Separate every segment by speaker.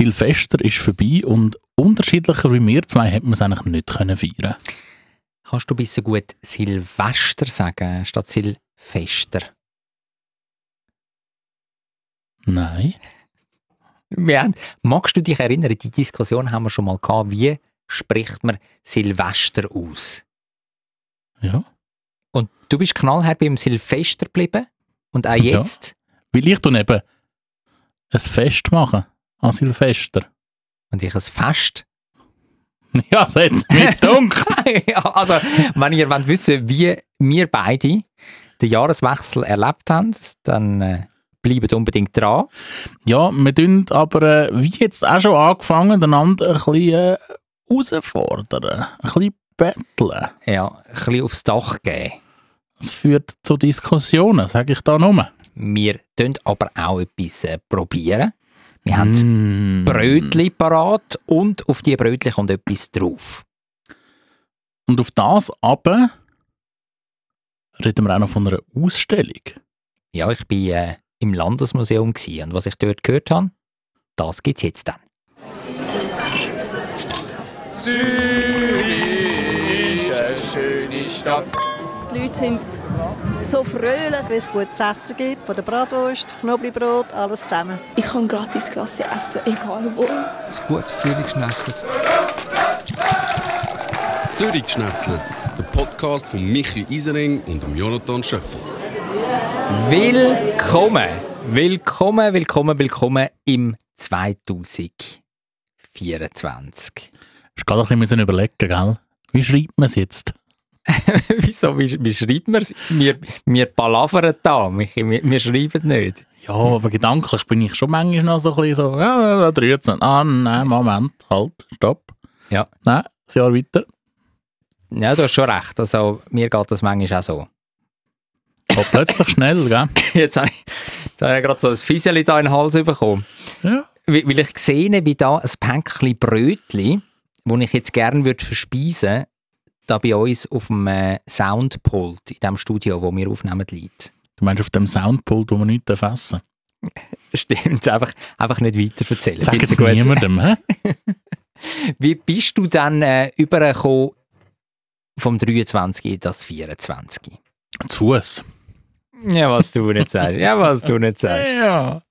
Speaker 1: Silvester ist vorbei und unterschiedlicher wie wir zwei hätten wir es eigentlich nicht können feiern
Speaker 2: Kannst du ein bisschen gut Silvester sagen, statt Silvester?
Speaker 1: Nein.
Speaker 2: Wir haben, magst du dich erinnern, die Diskussion haben wir schon mal gehabt, wie spricht man Silvester aus?
Speaker 1: Ja.
Speaker 2: Und du bist knallhart beim Silvester geblieben und auch
Speaker 1: Ja.
Speaker 2: jetzt.
Speaker 1: Weil ich dann eben ein Fest machen an Silvester.
Speaker 2: Und ich ein Fest.
Speaker 1: Ja, das hat es mir gedunkt.
Speaker 2: ja, also, wenn ihr wollt wissen wie wir beide den Jahreswechsel erlebt haben, dann äh, bleibt unbedingt dran.
Speaker 1: Ja, wir tun aber, äh, wie jetzt auch schon angefangen, den anderen ein bisschen äh, herausfordern, ein bisschen betteln.
Speaker 2: Ja, ein bisschen aufs Dach geben.
Speaker 1: Es führt zu Diskussionen, sage ich da nur.
Speaker 2: Wir tun aber auch etwas äh, probieren. Wir haben
Speaker 1: Mm.
Speaker 2: Brötli parat und auf die Brötli kommt etwas drauf.
Speaker 1: Und auf das aber reden wir auch noch von einer Ausstellung.
Speaker 2: Ja, ich war äh, im Landesmuseum gsi und was ich dort gehört habe, das gibt es jetzt dann.
Speaker 3: Zürich ist eine schöne Stadt.
Speaker 4: Die Leute sind so fröhlich.
Speaker 5: Wenn es gutes Essen gibt, von der Bratwurst, Knoblauchbrot, alles zusammen.
Speaker 4: Ich kann gratis Klasse essen, egal wo.
Speaker 6: Ein gutes Zürichschnetzlitz. Zürichschnetzlitz, der Podcast von Michi Isering und dem Jonathan Schöffel.
Speaker 2: Willkommen, willkommen, willkommen, willkommen im 2024.
Speaker 1: Ich gerade ein bisschen überlegen, gell? Wie schreibt man es jetzt?
Speaker 2: Wieso, wie, wie schreibt man es? Wir, wir palavern da, Michi, wir, wir schreiben nicht.
Speaker 1: Ja, aber gedanklich bin ich schon manchmal noch so ein bisschen so, ja, äh, 13. Ah, nein, Moment, halt, stopp.
Speaker 2: Ja.
Speaker 1: Nein, ein Jahr weiter.
Speaker 2: Ja, du hast schon recht, also mir geht das manchmal auch so.
Speaker 1: Oh, plötzlich schnell, gell?
Speaker 2: Jetzt habe ich, jetzt habe ich gerade so ein Fieseli da in den Hals bekommen.
Speaker 1: Ja.
Speaker 2: Weil weil ich sehe, wie da ein Päckchen Brötli, das ich jetzt gerne würd verspeisen würde, da bei uns auf dem äh, Soundpult in dem Studio, wo wir aufnehmen, liegt.
Speaker 1: Du meinst auf dem Soundpult, wo man nichts fassen
Speaker 2: Das stimmt, einfach, einfach nicht weiter erzählen.
Speaker 1: darf? Sag
Speaker 2: Bis
Speaker 1: es
Speaker 2: gut.
Speaker 1: niemandem, hä?
Speaker 2: Wie bist du dann äh, übergekommen vom 23 in das 24?
Speaker 1: Zu Fuß.
Speaker 2: Ja, was du nicht sagst. Ja, was du nicht sagst.
Speaker 1: Ja.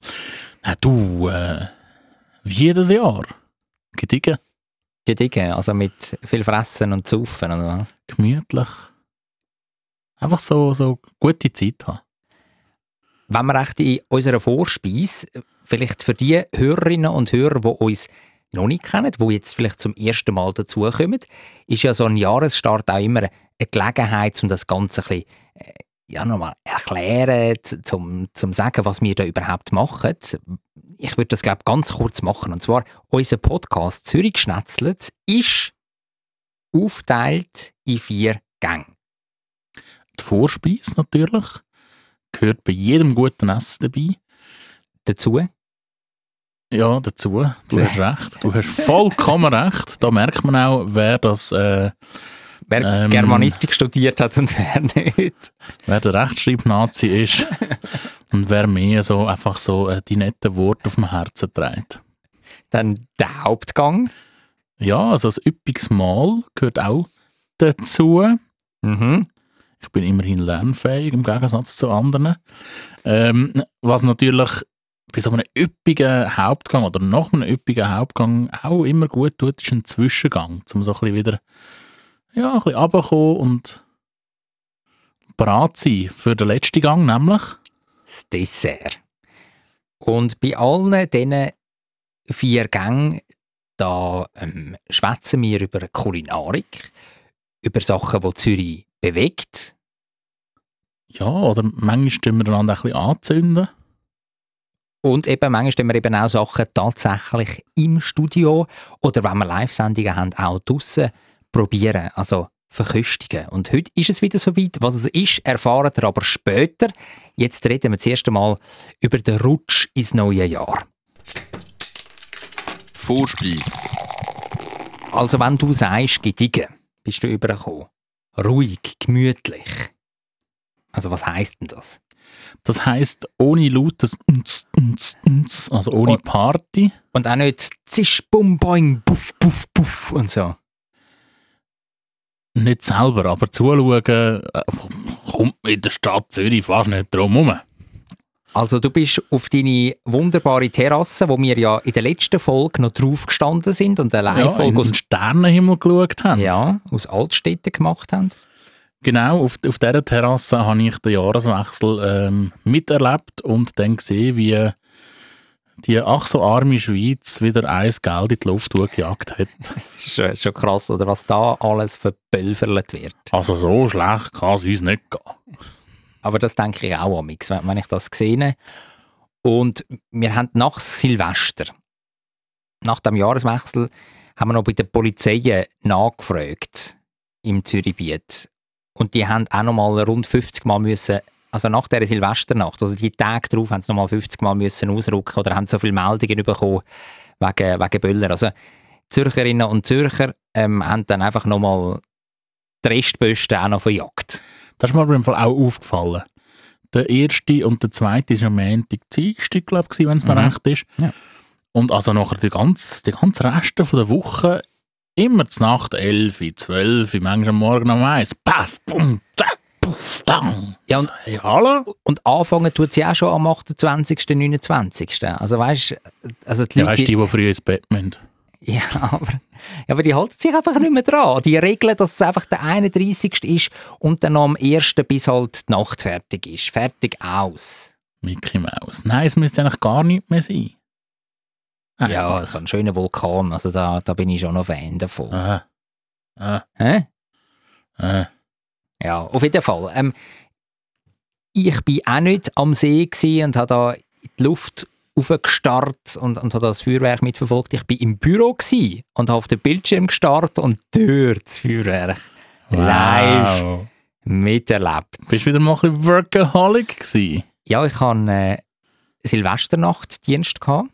Speaker 1: Na, du, äh, wie jedes Jahr. Gediegen,
Speaker 2: Die Dinge, also mit viel Fressen und Saufen oder was?
Speaker 1: gemütlich. Einfach so, so gute Zeit haben.
Speaker 2: wenn wir echt in unserer Vorspeise, vielleicht für die Hörerinnen und Hörer, die uns noch nicht kennen, die jetzt vielleicht zum ersten Mal dazukommen, ist ja so ein Jahresstart auch immer eine Gelegenheit, um das Ganze ein bisschen, äh, ja, nochmal erklären, z- zum, zum sagen, was wir da überhaupt machen. Ich würde das, glaube ich, ganz kurz machen. Und zwar, unser Podcast «Zürich Schnetzlitz» ist aufgeteilt in vier Gänge.
Speaker 1: Die Vorspeise natürlich. Gehört bei jedem guten Essen dabei.
Speaker 2: Dazu
Speaker 1: Ja, dazu. Du hast recht. Du hast vollkommen recht. Da merkt man auch, wer das, äh,
Speaker 2: Wer
Speaker 1: Ähm.
Speaker 2: Germanistik studiert hat und wer nicht.
Speaker 1: wer der Rechtschreibnazi ist und wer mehr so einfach so äh, die netten Worte auf dem Herzen trägt.
Speaker 2: Dann der Hauptgang.
Speaker 1: Ja, also das üppiges Mal gehört auch dazu.
Speaker 2: Mhm.
Speaker 1: Ich bin immerhin lernfähig im Gegensatz zu anderen. Ähm, was natürlich bei so einem üppigen Hauptgang oder nach einem üppigen Hauptgang auch immer gut tut, ist ein Zwischengang, um so ein bisschen wieder ja, ein bisschen runterzukommen und bereit zu sein für den letzten Gang, nämlich
Speaker 2: Das Dessert. Und bei allen diesen vier Gängen, da ähm, schwätzen wir über Kulinarik, über Sachen, die Zürich bewegt.
Speaker 1: ja, oder manchmal tun wir einander ein bisschen anzünden.
Speaker 2: Und eben manchmal tun wir eben auch Sachen tatsächlich im Studio oder wenn wir Live-Sendungen haben, auch draussen probieren, also verköstigen. Und heute ist es wieder soweit. Was es ist, erfahren ihr aber später. Jetzt reden wir das erste Mal über den Rutsch ins neue Jahr.
Speaker 6: Vorspeis,
Speaker 2: Also wenn du sagst, gediegen, bist du übergekommen. Ruhig, gemütlich. Also was heisst denn das?
Speaker 1: Das heisst, ohne lautes Unz, Unz, Unz, also ohne
Speaker 2: Und-
Speaker 1: Party.
Speaker 2: Und auch nicht zisch, bum, boing, puff, puff, puff und so.
Speaker 1: Nicht selber, aber zuschauen äh, kommt in der Stadt Zürich fast nicht drum herum.
Speaker 2: Also du bist auf deine wunderbare Terrasse, wo wir ja in der letzten Folge noch drauf gestanden sind und eine
Speaker 1: Ja, in
Speaker 2: Live-Folge
Speaker 1: den Sternenhimmel geschaut haben.
Speaker 2: aus, ja, aus Altstädten gemacht haben.
Speaker 1: Genau, auf, auf dieser Terrasse habe ich den Jahreswechsel ähm, miterlebt und dann gesehen, wie die ach so arme Schweiz wieder eins Geld in die Luft gejagt hat.
Speaker 2: Es ist schon, schon krass, oder was da alles verpölverlet wird.
Speaker 1: Also so schlecht kann es uns nicht gehen.
Speaker 2: Aber das denke ich auch amix, wenn, wenn ich das sehe. Und wir haben nach Silvester, nach dem Jahreswechsel, haben wir noch bei der Polizei nachgefragt im Zürichbiet. Und die haben auch noch mal rund 50 Mal müssen, also nach dieser Silvesternacht, also die Tage drauf, haben sie noch mal 50 Mal müssen ausrücken oder haben so viele Meldungen bekommen wegen, wegen Böller. Also Zürcherinnen und Zürcher ähm, haben dann einfach noch mal die Restposten auch noch verjagt.
Speaker 1: Das ist mir aber im Fall auch aufgefallen. Der erste und der zweite ist am Montag, Dienstag, glaube ich, wenn es mir
Speaker 2: Mhm.
Speaker 1: recht ist.
Speaker 2: Ja.
Speaker 1: Und also nachher die ganze, die ganze Reste von der Woche, immer zur Nacht 11, 12, manchmal am Morgen um 1, paff, bum, zack, puff, dang.
Speaker 2: Ja, und-
Speaker 1: hey, hallo?
Speaker 2: Und anfangen tut sie auch schon am 28., 29. Also weißt also die
Speaker 1: Ja,
Speaker 2: Leute,
Speaker 1: weißt du, die, die früh ins Bett müssen.
Speaker 2: ja, aber, ja, aber die halten sich einfach nicht mehr dran. Die regeln, dass es einfach der 31. ist und dann am 1. bis halt die Nacht fertig ist. Fertig aus.
Speaker 1: Mickey Mouse. Nein, es müsste eigentlich gar nicht mehr sein. Ah,
Speaker 2: Ja, so ein schöner Vulkan. Also da, da bin ich schon noch Fan davon.
Speaker 1: Äh, äh,
Speaker 2: Hä?
Speaker 1: äh.
Speaker 2: Ja, auf jeden Fall. Ähm, ich bin auch nicht am See gsi und habe da in die Luft aufgestarrt und, und habe das Feuerwerk mitverfolgt. Ich bin im Büro gsi und habe auf den Bildschirm gestarrt und dort das Feuerwerk live
Speaker 1: Wow.
Speaker 2: miterlebt.
Speaker 1: Bist du wieder mal ein bisschen Workaholic gewesen?
Speaker 2: Ja, ich hatte äh, Silvesternachtdienst gehabt.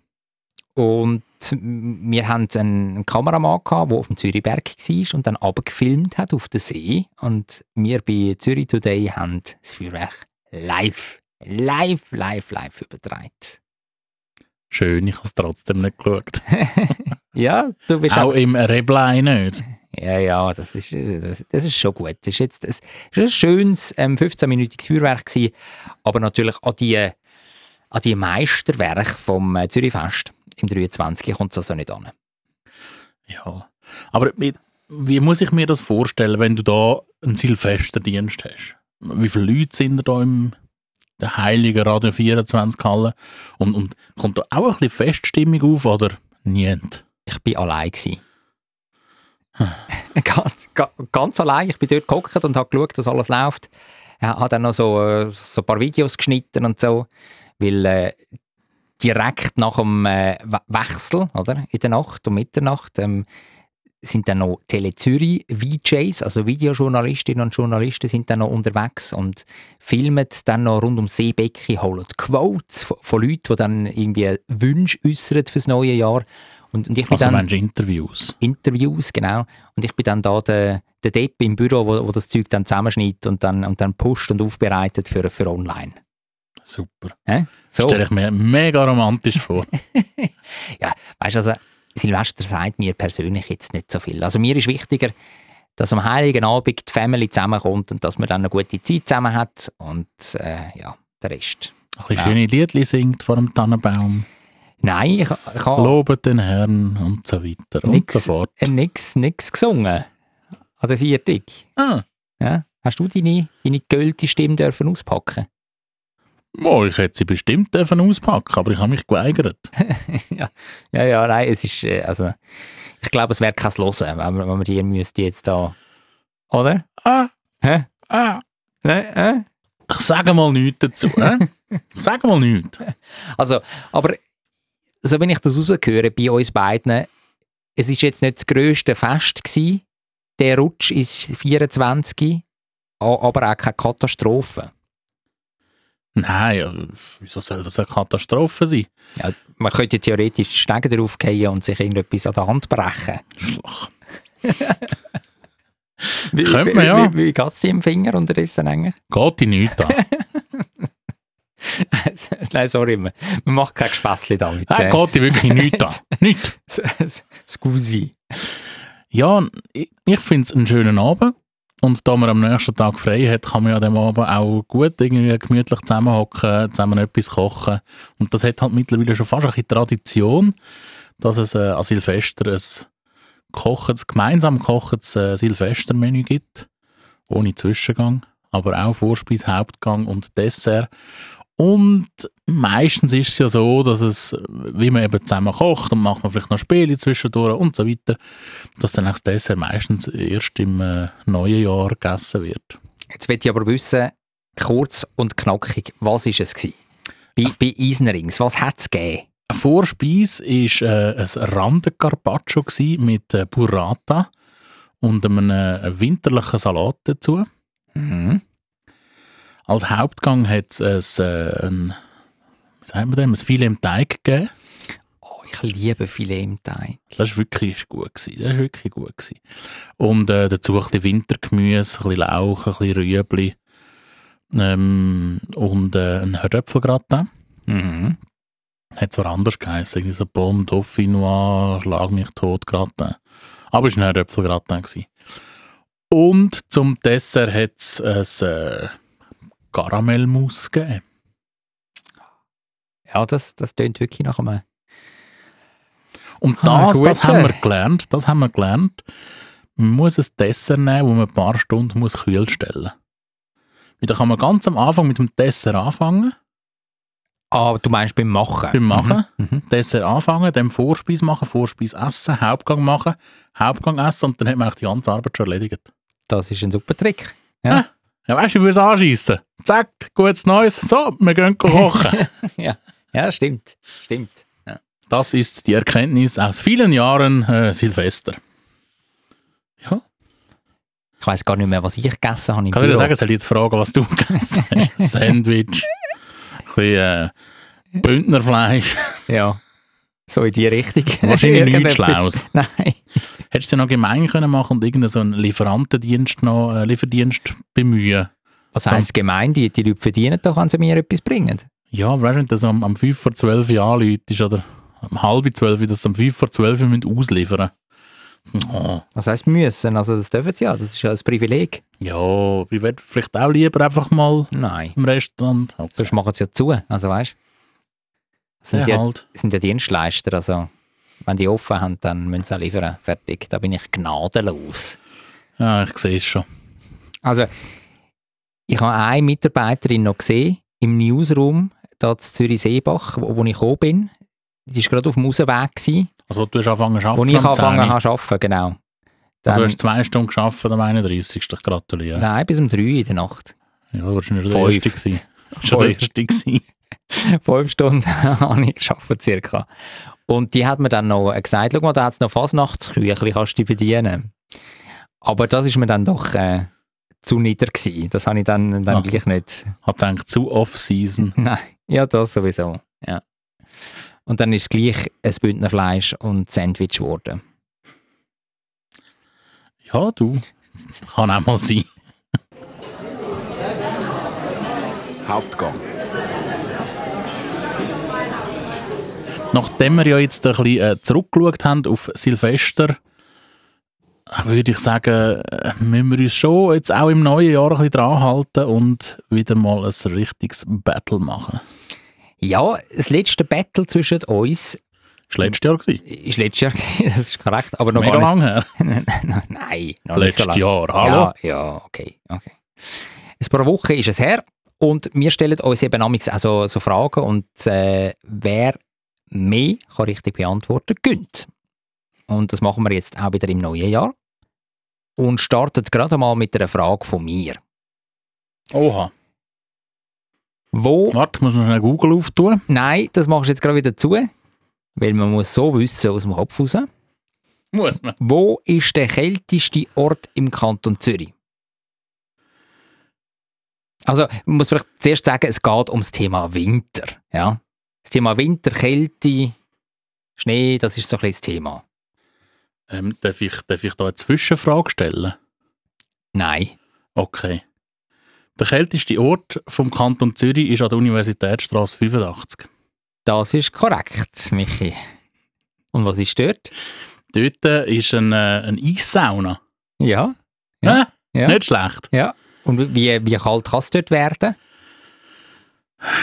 Speaker 2: und wir hatten einen Kameramann, gehabt, der auf dem Zürichberg war und dann abgefilmt hat auf den See. Und wir bei Zürich Today haben das Feuerwerk live, live, live, live übertragen.
Speaker 1: Schön, ich habe es trotzdem nicht geschaut.
Speaker 2: Ja, du bist
Speaker 1: Auch
Speaker 2: auch...
Speaker 1: im Reblei nicht.
Speaker 2: Ja, ja, das ist, äh, das, das ist schon gut. Das ist jetzt das ist ein schönes ähm, 15-minütiges Feuerwerk gewesen, aber natürlich an die, an die Meisterwerke vom äh, Zürichfest im 23. kommt es also nicht an.
Speaker 1: Ja. Aber wie, wie muss ich mir das vorstellen, wenn du da einen Silvesterdienst hast? Wie viele Leute sind da da im der heiligen Radio 24 Halle? Und, und kommt da auch ein bisschen Feststimmung auf oder niemand?
Speaker 2: ich bin allein gsi. ganz, ga- ganz allein. Ich bin dort gehockt und habe geschaut, dass alles läuft. Ich habe dann noch so, äh, so ein paar Videos geschnitten und so, weil äh, direkt nach dem äh, We- Wechsel, oder, in der Nacht um Mitternacht, ähm, sind dann noch Tele Zürich VJs, also Videojournalistinnen und Journalisten sind dann noch unterwegs und filmen dann noch rund um Seebecken, holen Quotes von, von Leuten, die dann irgendwie Wünsche äußern fürs neue Jahr. Und, und ich bin
Speaker 1: Also
Speaker 2: dann
Speaker 1: meinst du Interviews?
Speaker 2: Interviews, genau. Und ich bin dann da der, der Depp im Büro, wo, wo das Zeug dann zusammenschneidet und dann, und dann pusht und aufbereitet für, für online.
Speaker 1: Super.
Speaker 2: So,
Speaker 1: Stelle ich mir mega romantisch vor.
Speaker 2: weißt du, also Silvester sagt mir persönlich jetzt nicht so viel. Also mir ist wichtiger, dass am Heiligen Abend die Family zusammenkommt und dass man dann eine gute Zeit zusammen hat und äh, ja, der Rest.
Speaker 1: Ein bisschen schöne Liedli singt vor dem Tannenbaum.
Speaker 2: Nein, ich, ich habe
Speaker 1: Lobet den Herrn und so weiter und
Speaker 2: Nix.
Speaker 1: so fort.
Speaker 2: äh, nix, nix gesungen an der Viertig.
Speaker 1: Ah,
Speaker 2: Ja? Hast du deine, deine gültige Stimme dürfen auspacken?
Speaker 1: mo, ich hätte sie bestimmt dürfen auspacken, aber ich habe mich geweigert.
Speaker 2: ja, ja, ja, nein, es ist, äh, also, ich glaube, es wäre kein Hören, wenn man, wenn man die müsste jetzt da, oder?
Speaker 1: Ah,
Speaker 2: Hä?
Speaker 1: ah.
Speaker 2: Nein,
Speaker 1: Ich sage mal nichts dazu. Äh? ich sage mal nichts.
Speaker 2: Also, aber so wenn ich das rausgehöre bei uns beiden, es ist jetzt nicht das grösste Fest gewesen, der Rutsch ist 24, a- aber auch keine Katastrophe.
Speaker 1: Nein, ja, wieso soll das eine Katastrophe sein?
Speaker 2: Ja, man könnte theoretisch die Stege drauf fallen und sich irgendetwas an der Hand brechen.
Speaker 1: Schlag.
Speaker 2: Wie,
Speaker 1: Könnte man ja.
Speaker 2: Wie, wie, wie geht es dir im Finger unterdessen eigentlich?
Speaker 1: Geht die nichts an.
Speaker 2: Nein, sorry, man, man macht kein Gespässli damit.
Speaker 1: Er geht dir wirklich nichts an. Nichts.
Speaker 2: Scusi.
Speaker 1: Ja, ich, ich finde es einen schönen Abend. Und da man am nächsten Tag frei hat, kann man ja an dem Abend auch gut irgendwie gemütlich zusammenhocken, zusammen etwas kochen. Und das hat halt mittlerweile schon fast ein bisschen Tradition, dass es äh, an Silvester ein kochendes, gemeinsam kochendes äh, Silvestermenü gibt. Ohne Zwischengang, aber auch Vorspeis, Hauptgang und Dessert. Und meistens ist es ja so, dass es, wie man eben zusammen kocht und macht man vielleicht noch Spiele zwischendurch und so weiter, dass dann auch das Dessert meistens erst im äh, neuen Jahr gegessen wird.
Speaker 2: Jetzt will ich aber wissen, kurz und knackig, was war es? Gewesen?
Speaker 1: Äh,
Speaker 2: Bei, bei Eisenrings, was hat es gegeben?
Speaker 1: Eine Vorspeise war äh, ein Randencarpaccio gsi mit äh, Burrata und einem äh, winterlichen Salat dazu.
Speaker 2: Mhm.
Speaker 1: Als Hauptgang hat es äh, ein, wie sagt man dem, ein Filet im Teig gegeben.
Speaker 2: Oh, ich liebe Filet im Teig.
Speaker 1: Das war wirklich gut. Gewesen. Das ist wirklich gut gewesen. Und äh, dazu ein bisschen Wintergemüse, ein bisschen Lauch, ein bisschen Rüebli ähm, und äh, ein Herdöpfelgratin.
Speaker 2: Mhm.
Speaker 1: Hat zwar anders geheißen, irgendwie so Bon, Dauphinois, Schlag mich tot, Gratin. Aber es war ein Herdöpfelgratin. gewesen. Und zum Dessert hat es ein äh, Karamellmus gegeben.
Speaker 2: Ja, das, das tönt wirklich nach einem...
Speaker 1: Und
Speaker 2: Ah,
Speaker 1: das,
Speaker 2: gut.
Speaker 1: das haben wir gelernt, das haben wir gelernt. Man muss ein Dessert nehmen, wo man ein paar Stunden muss kühl stellen muss. Da kann man ganz am Anfang mit dem Dessert anfangen,
Speaker 2: Ah, du meinst beim Machen?
Speaker 1: beim Machen.
Speaker 2: Mhm. Mhm.
Speaker 1: Dessert anfangen, dann Vorspeis machen, Vorspeis essen, Hauptgang machen, Hauptgang essen und dann hat man auch die ganze Arbeit schon erledigt.
Speaker 2: Das ist ein super Trick.
Speaker 1: Ja, weißt du, ich würde es anschiessen. Zack, gutes Neues. So, wir gehen kochen.
Speaker 2: Ja, stimmt. Stimmt. Ja.
Speaker 1: das ist die Erkenntnis aus vielen Jahren äh, Silvester. Ja,
Speaker 2: Ich weiß gar nicht mehr, was ich gegessen habe. im
Speaker 1: kann ich dir
Speaker 2: Büro.
Speaker 1: sagen, soll ich jetzt fragen, was du gegessen hast? Sandwich, ein bisschen äh, Bündnerfleisch.
Speaker 2: Ja. So in die Richtung.
Speaker 1: Wahrscheinlich nichts
Speaker 2: Irgendetwas.
Speaker 1: Schlaues.
Speaker 2: Nein.
Speaker 1: Hättest du dir noch gemein können machen und irgendeinen so einen Lieferantendienst noch, äh, Lieferdienst bemühen?
Speaker 2: Was Also heisst Gemeinde? Die Leute verdienen doch, wenn sie mir etwas bringen.
Speaker 1: Ja, aber weißt du, wenn du so am, am 5 vor 12 Uhr anläutest oder am halb 12 Uhr, dass sie am 5 vor 12 Uhr müssen ausliefern oh,
Speaker 2: Was heisst müssen? Also das dürfen sie ja. Das ist ja ein Privileg.
Speaker 1: Ja, ich werde vielleicht auch lieber einfach mal
Speaker 2: Nein.
Speaker 1: im Restaurant. Okay.
Speaker 2: Sonst machen sie ja zu. Also weißt du?
Speaker 1: Ja,
Speaker 2: Ja, ja,
Speaker 1: halt.
Speaker 2: sind ja Dienstleister. Also wenn die offen haben, dann müssen sie auch liefern. Fertig. Da bin ich gnadenlos.
Speaker 1: Ja, ich sehe es schon.
Speaker 2: Also, ich habe eine Mitarbeiterin noch gesehen im Newsroom da in Zürich-Seebach, wo, wo ich gekommen bin. Die war gerade auf dem Rausweg, gewesen,
Speaker 1: Also du hast angefangen zu
Speaker 2: wo
Speaker 1: arbeiten
Speaker 2: ich
Speaker 1: am 10
Speaker 2: angefangen
Speaker 1: Uhr.
Speaker 2: habe zu arbeiten, genau. Dann,
Speaker 1: Also du hast zwei Stunden geschafft am 31. Ich gratuliere.
Speaker 2: Nein, bis um 3 in der Nacht.
Speaker 1: Ja, wahrscheinlich der
Speaker 2: Fünf.
Speaker 1: erste gewesen. Schon der
Speaker 2: Fünf.
Speaker 1: erste gewesen.
Speaker 2: Fünf Stunden habe ich gearbeitet, circa. Und die hat mir dann noch gesagt, schau mal, da hat es noch Fasnachtsküchli, kannst du dich bedienen. Aber das ist mir dann doch äh, zu nieder gewesen. Das habe ich dann, dann
Speaker 1: Ah.
Speaker 2: gleich nicht
Speaker 1: Hat gedacht, zu Off-Season.
Speaker 2: Nein, ja, das sowieso. Ja. Und dann ist gleich ein Bündner Fleisch und Sandwich geworden.
Speaker 1: Ja, du. Kann auch mal sein.
Speaker 6: Hauptgang.
Speaker 1: Nachdem wir ja jetzt ein bisschen äh, zurückgeschaut haben auf Silvester, äh, würde ich sagen, äh, müssen wir uns schon jetzt auch im neuen Jahr ein bisschen dran halten und wieder mal ein richtiges Battle machen.
Speaker 2: Ja, das letzte Battle zwischen uns
Speaker 1: Das war letztes Jahr. Gewesen.
Speaker 2: ist letztes Jahr, gewesen, das ist korrekt, aber noch
Speaker 1: Mega
Speaker 2: gar
Speaker 1: lang her.
Speaker 2: nicht. Nein, Nein, noch nicht so
Speaker 1: Letztes
Speaker 2: lange.
Speaker 1: Jahr, hallo?
Speaker 2: Ja, ja, okay, okay. Ein paar Wochen ist es her und wir stellen uns eben amigs auch so, so Fragen und äh, wer mehr kann richtig beantworten, gönnt. Und das machen wir jetzt auch wieder im neuen Jahr und startet gerade mal mit einer Frage von mir.
Speaker 1: Oha.
Speaker 2: Wo?
Speaker 1: Warte, ich muss noch schnell Google auftun.
Speaker 2: Nein, das machst du jetzt gerade wieder zu, weil man muss so wissen aus dem Kopf raus.
Speaker 1: Muss man.
Speaker 2: Wo ist der kälteste Ort im Kanton Zürich? Also, man muss vielleicht zuerst sagen, es geht ums Thema Winter. Ja? Das Thema Winter, Kälte, Schnee, das ist so ein bisschen das Thema.
Speaker 1: Ähm, darf, ich, darf ich da eine Zwischenfrage stellen?
Speaker 2: Nein.
Speaker 1: Okay. Der kälteste Ort vom Kanton Zürich ist an der Universitätsstraße 85.
Speaker 2: Das ist korrekt, Michi. Und was ist dort?
Speaker 1: Dort äh, ist ein, äh, ein Eissauna.
Speaker 2: Ja.
Speaker 1: Ja.
Speaker 2: ja.
Speaker 1: Nicht schlecht.
Speaker 2: Ja. Und wie- wie, wie kalt kann es dort werden?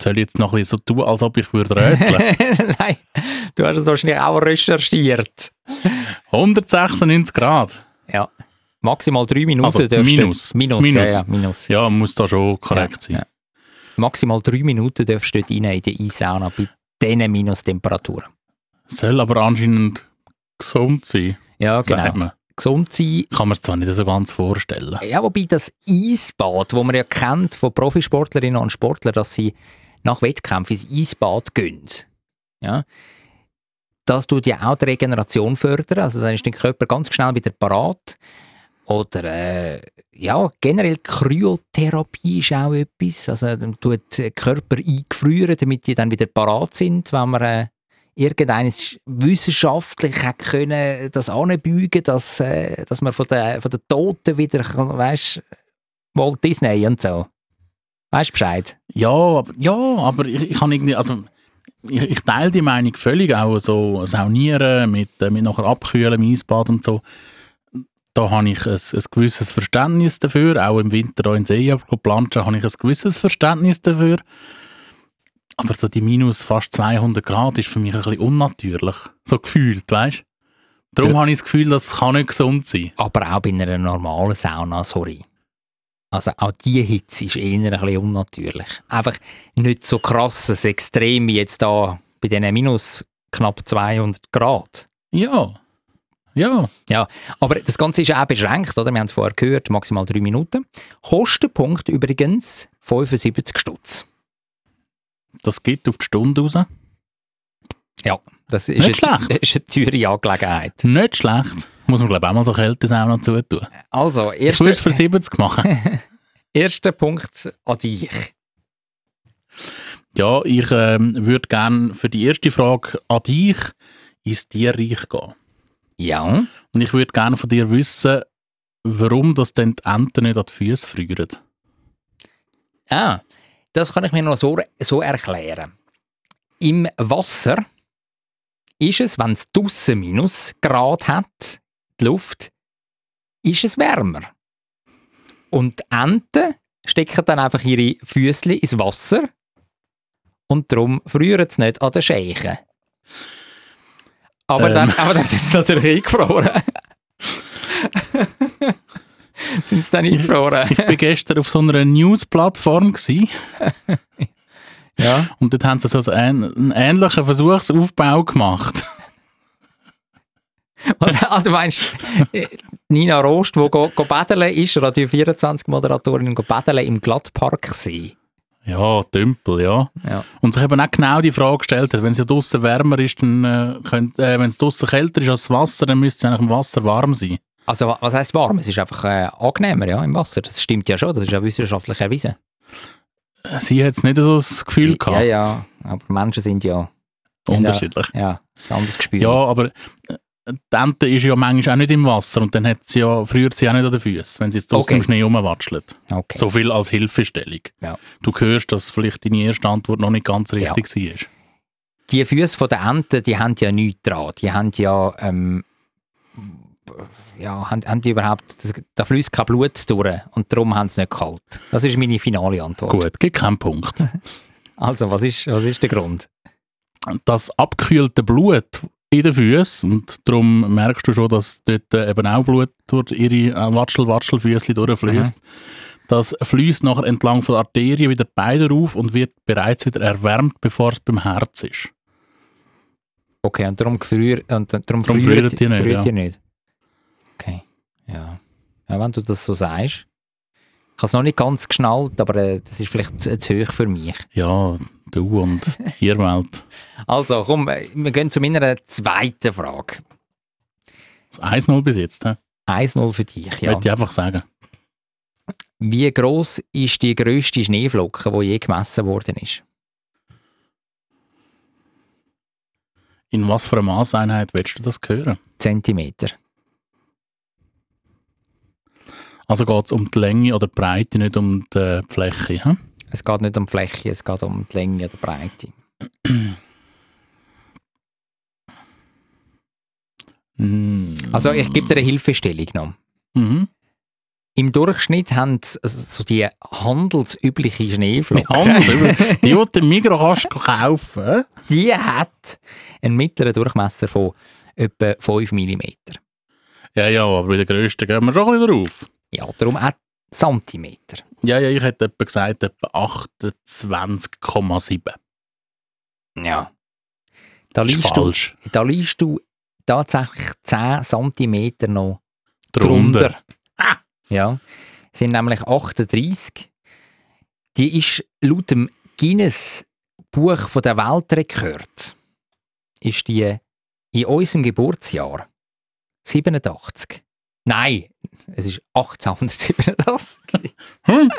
Speaker 1: Soll ich jetzt noch ein bisschen so tun, als ob ich würde röteln?
Speaker 2: Nein, du hast es wahrscheinlich auch recherchiert.
Speaker 1: 196 Grad.
Speaker 2: Ja. Maximal drei Minuten
Speaker 1: Also,
Speaker 2: dürfst du-
Speaker 1: minus.
Speaker 2: Minus.
Speaker 1: Minus.
Speaker 2: Ja, ja, minus.
Speaker 1: Ja, muss da schon korrekt
Speaker 2: Ja,
Speaker 1: sein.
Speaker 2: Maximal drei Minuten dürfst du dort rein in die Eissauna bei diesen Minustemperaturen.
Speaker 1: Soll aber anscheinend gesund sein,
Speaker 2: Ja, genau.
Speaker 1: sagt man.
Speaker 2: Gesund sein.
Speaker 1: Ich kann mir es zwar nicht so ganz vorstellen.
Speaker 2: Ja, wobei das Eisbad, wo man ja kennt von Profisportlerinnen und Sportlern, dass sie nach Wettkämpfen ins Eisbad gehen. Ja. Das tut ja auch die Regeneration fördern. Also dann ist der Körper ganz schnell wieder parat. Oder äh, ja, generell Kryotherapie ist auch etwas. Also man tut den Körper eingefrieren, damit die dann wieder parat sind, wenn man äh, irgendeines wissenschaftlich hat können das anbeugen, dass, äh, dass man von den von der Toten wieder, weißt Walt Disney und so. Weißt Bescheid?
Speaker 1: Ja, aber, ja, aber ich, ich kann irgendwie, also ich, ich teile die Meinung völlig, auch so saunieren mit, äh, mit nachher abkühlen im Eisbad und so. Da habe ich ein, ein gewisses Verständnis dafür, auch im Winter auch in den See planschen habe ich ein gewisses Verständnis dafür. Aber so die minus fast 200 Grad ist für mich ein bisschen unnatürlich, so gefühlt, weißt du? Darum
Speaker 2: Ja.
Speaker 1: habe ich das Gefühl, das kann nicht gesund sein.
Speaker 2: Aber auch bei einer normalen Sauna, sorry. Also auch die Hitze ist eher ein bisschen unnatürlich. Einfach nicht so krasses Extrem wie jetzt da bei diesen minus knapp 200 Grad.
Speaker 1: Ja, ja.
Speaker 2: Aber das Ganze ist ja auch beschränkt, oder? Wir haben es vorher gehört, maximal drei Minuten. Kostenpunkt übrigens 75 Stutz.
Speaker 1: Das geht auf die Stunde raus.
Speaker 2: Das ist,
Speaker 1: Nicht
Speaker 2: eine,
Speaker 1: schlecht.
Speaker 2: ist eine teure Angelegenheit.
Speaker 1: Nicht schlecht. Muss man, glaube ich, auch mal so kälte Sauna zutun.
Speaker 2: Also,
Speaker 1: Ich würde
Speaker 2: erster,
Speaker 1: es für 70 machen.
Speaker 2: erster Punkt an dich.
Speaker 1: ja, ich ähm, würde gerne für die erste Frage an dich ins Tierreich gehen.
Speaker 2: Ja.
Speaker 1: Und ich würde gerne von dir wissen, warum das denn die Enten nicht an die Füße frieren.
Speaker 2: Ah, das kann ich mir noch so, so erklären. Im Wasser ist es, wenn es draussen Minusgrad hat, die Luft, ist es wärmer. Und die Enten stecken dann einfach ihre Füße ins Wasser und darum frieren sie nicht an den Scheichen. Aber,
Speaker 1: Ähm.
Speaker 2: dann, aber dann sind sie natürlich eingefroren. sind sie dann eingefroren?
Speaker 1: Ich war gestern auf so einer News-Plattform gewesen
Speaker 2: Ja.
Speaker 1: und dort haben sie so einen, einen ähnlichen Versuchsaufbau gemacht.
Speaker 2: Also, ah, du meinst, äh, Nina Rost, die go, go baden ist, Radio 24 Moderatorin, go baden im Glattpark war.
Speaker 1: Ja, Tümpel, ja.
Speaker 2: Ja.
Speaker 1: Und sich eben auch genau die Frage gestellt hat, wenn es ja draussen wärmer ist, dann äh, könnt, äh, wenn es draussen kälter ist als das Wasser, dann müsste es eigentlich im Wasser warm sein.
Speaker 2: Also wa- was heisst warm? Es ist einfach äh, angenehmer ja, im Wasser. Das stimmt ja schon, das ist ja wissenschaftlich erwiesen.
Speaker 1: Sie hat nicht so das Gefühl gehabt.
Speaker 2: Ja, genau. ja, aber Menschen sind ja,
Speaker 1: Unterschiedlich.
Speaker 2: ja, ein anderes Gespür.
Speaker 1: Ja, aber äh, die Ente ist ja manchmal auch nicht im Wasser und dann hat sie ja, friert sie auch nicht an den Füßen, wenn sie jetzt draußen
Speaker 2: Okay.
Speaker 1: im Schnee rumwatschelt.
Speaker 2: Okay.
Speaker 1: So viel als Hilfestellung.
Speaker 2: Ja.
Speaker 1: Du hörst, dass vielleicht deine erste Antwort noch nicht ganz richtig war.
Speaker 2: Die Füße der Enten, die haben ja nichts dran. Die haben ja, ähm, ja haben, haben die überhaupt, da fließt kein Blut durch und darum haben sie nicht kalt. Das ist meine finale Antwort.
Speaker 1: Gut, gibt keinen Punkt.
Speaker 2: Also, was ist, was ist der Grund?
Speaker 1: das abgekühlte Blut in den Füßen und darum merkst du schon, dass dort äh, eben auch Blut durch ihre äh, Watschel-Watschel-Füßchen durchfließt.
Speaker 2: Mhm.
Speaker 1: Das fließt nachher entlang von der Arterie wieder beide auf und wird bereits wieder erwärmt, bevor es beim Herz ist.
Speaker 2: Okay, und darum früher und darum, darum
Speaker 1: Darum frieren die nicht, ja.
Speaker 2: nicht. Okay, ja. ja. Wenn du das so sagst. Ich habe es noch nicht ganz geschnallt, aber äh, das ist vielleicht zu, zu hoch für mich.
Speaker 1: Ja, du und die Tierwelt.
Speaker 2: Also, komm, äh, wir gehen zu meiner zweiten Frage.
Speaker 1: Das 1-0 bis jetzt, he?
Speaker 2: 1-0 für dich, ja.
Speaker 1: Möchte ich einfach sagen.
Speaker 2: Wie groß ist die grösste Schneeflocke, die je gemessen worden ist?
Speaker 1: In was für einer Maßeinheit willst du das hören?
Speaker 2: Zentimeter.
Speaker 1: Also geht es um die Länge oder die Breite, nicht um die äh, Fläche. Hm?
Speaker 2: Es geht nicht um die Fläche, es geht um die Länge oder Breite.
Speaker 1: Mm.
Speaker 2: Also ich gebe dir eine Hilfestellung noch.
Speaker 1: Mhm.
Speaker 2: Im Durchschnitt haben s- so die handelsübliche
Speaker 1: Die
Speaker 2: Schneeflocke,
Speaker 1: Hand, über- die du im Migros kannst kaufen hä?
Speaker 2: die hat einen mittleren Durchmesser von etwa 5 mm.
Speaker 1: Ja, ja, aber bei der grössten gehen wir schon ein bisschen drauf.
Speaker 2: Ja, darum auch Zentimeter.
Speaker 1: Ja, ja, ich hätte etwa gesagt, etwa 28,7.
Speaker 2: Ja. Da
Speaker 1: Das ist
Speaker 2: liegst, du,
Speaker 1: falsch.
Speaker 2: da liegst du tatsächlich 10 cm noch
Speaker 1: Drunter. Ah.
Speaker 2: Ja, sind nämlich 38. Die ist laut dem Guinness Buch von der Weltrekord ist die in unserem Geburtsjahr 87. Nein, es ist 1887.
Speaker 1: Hm.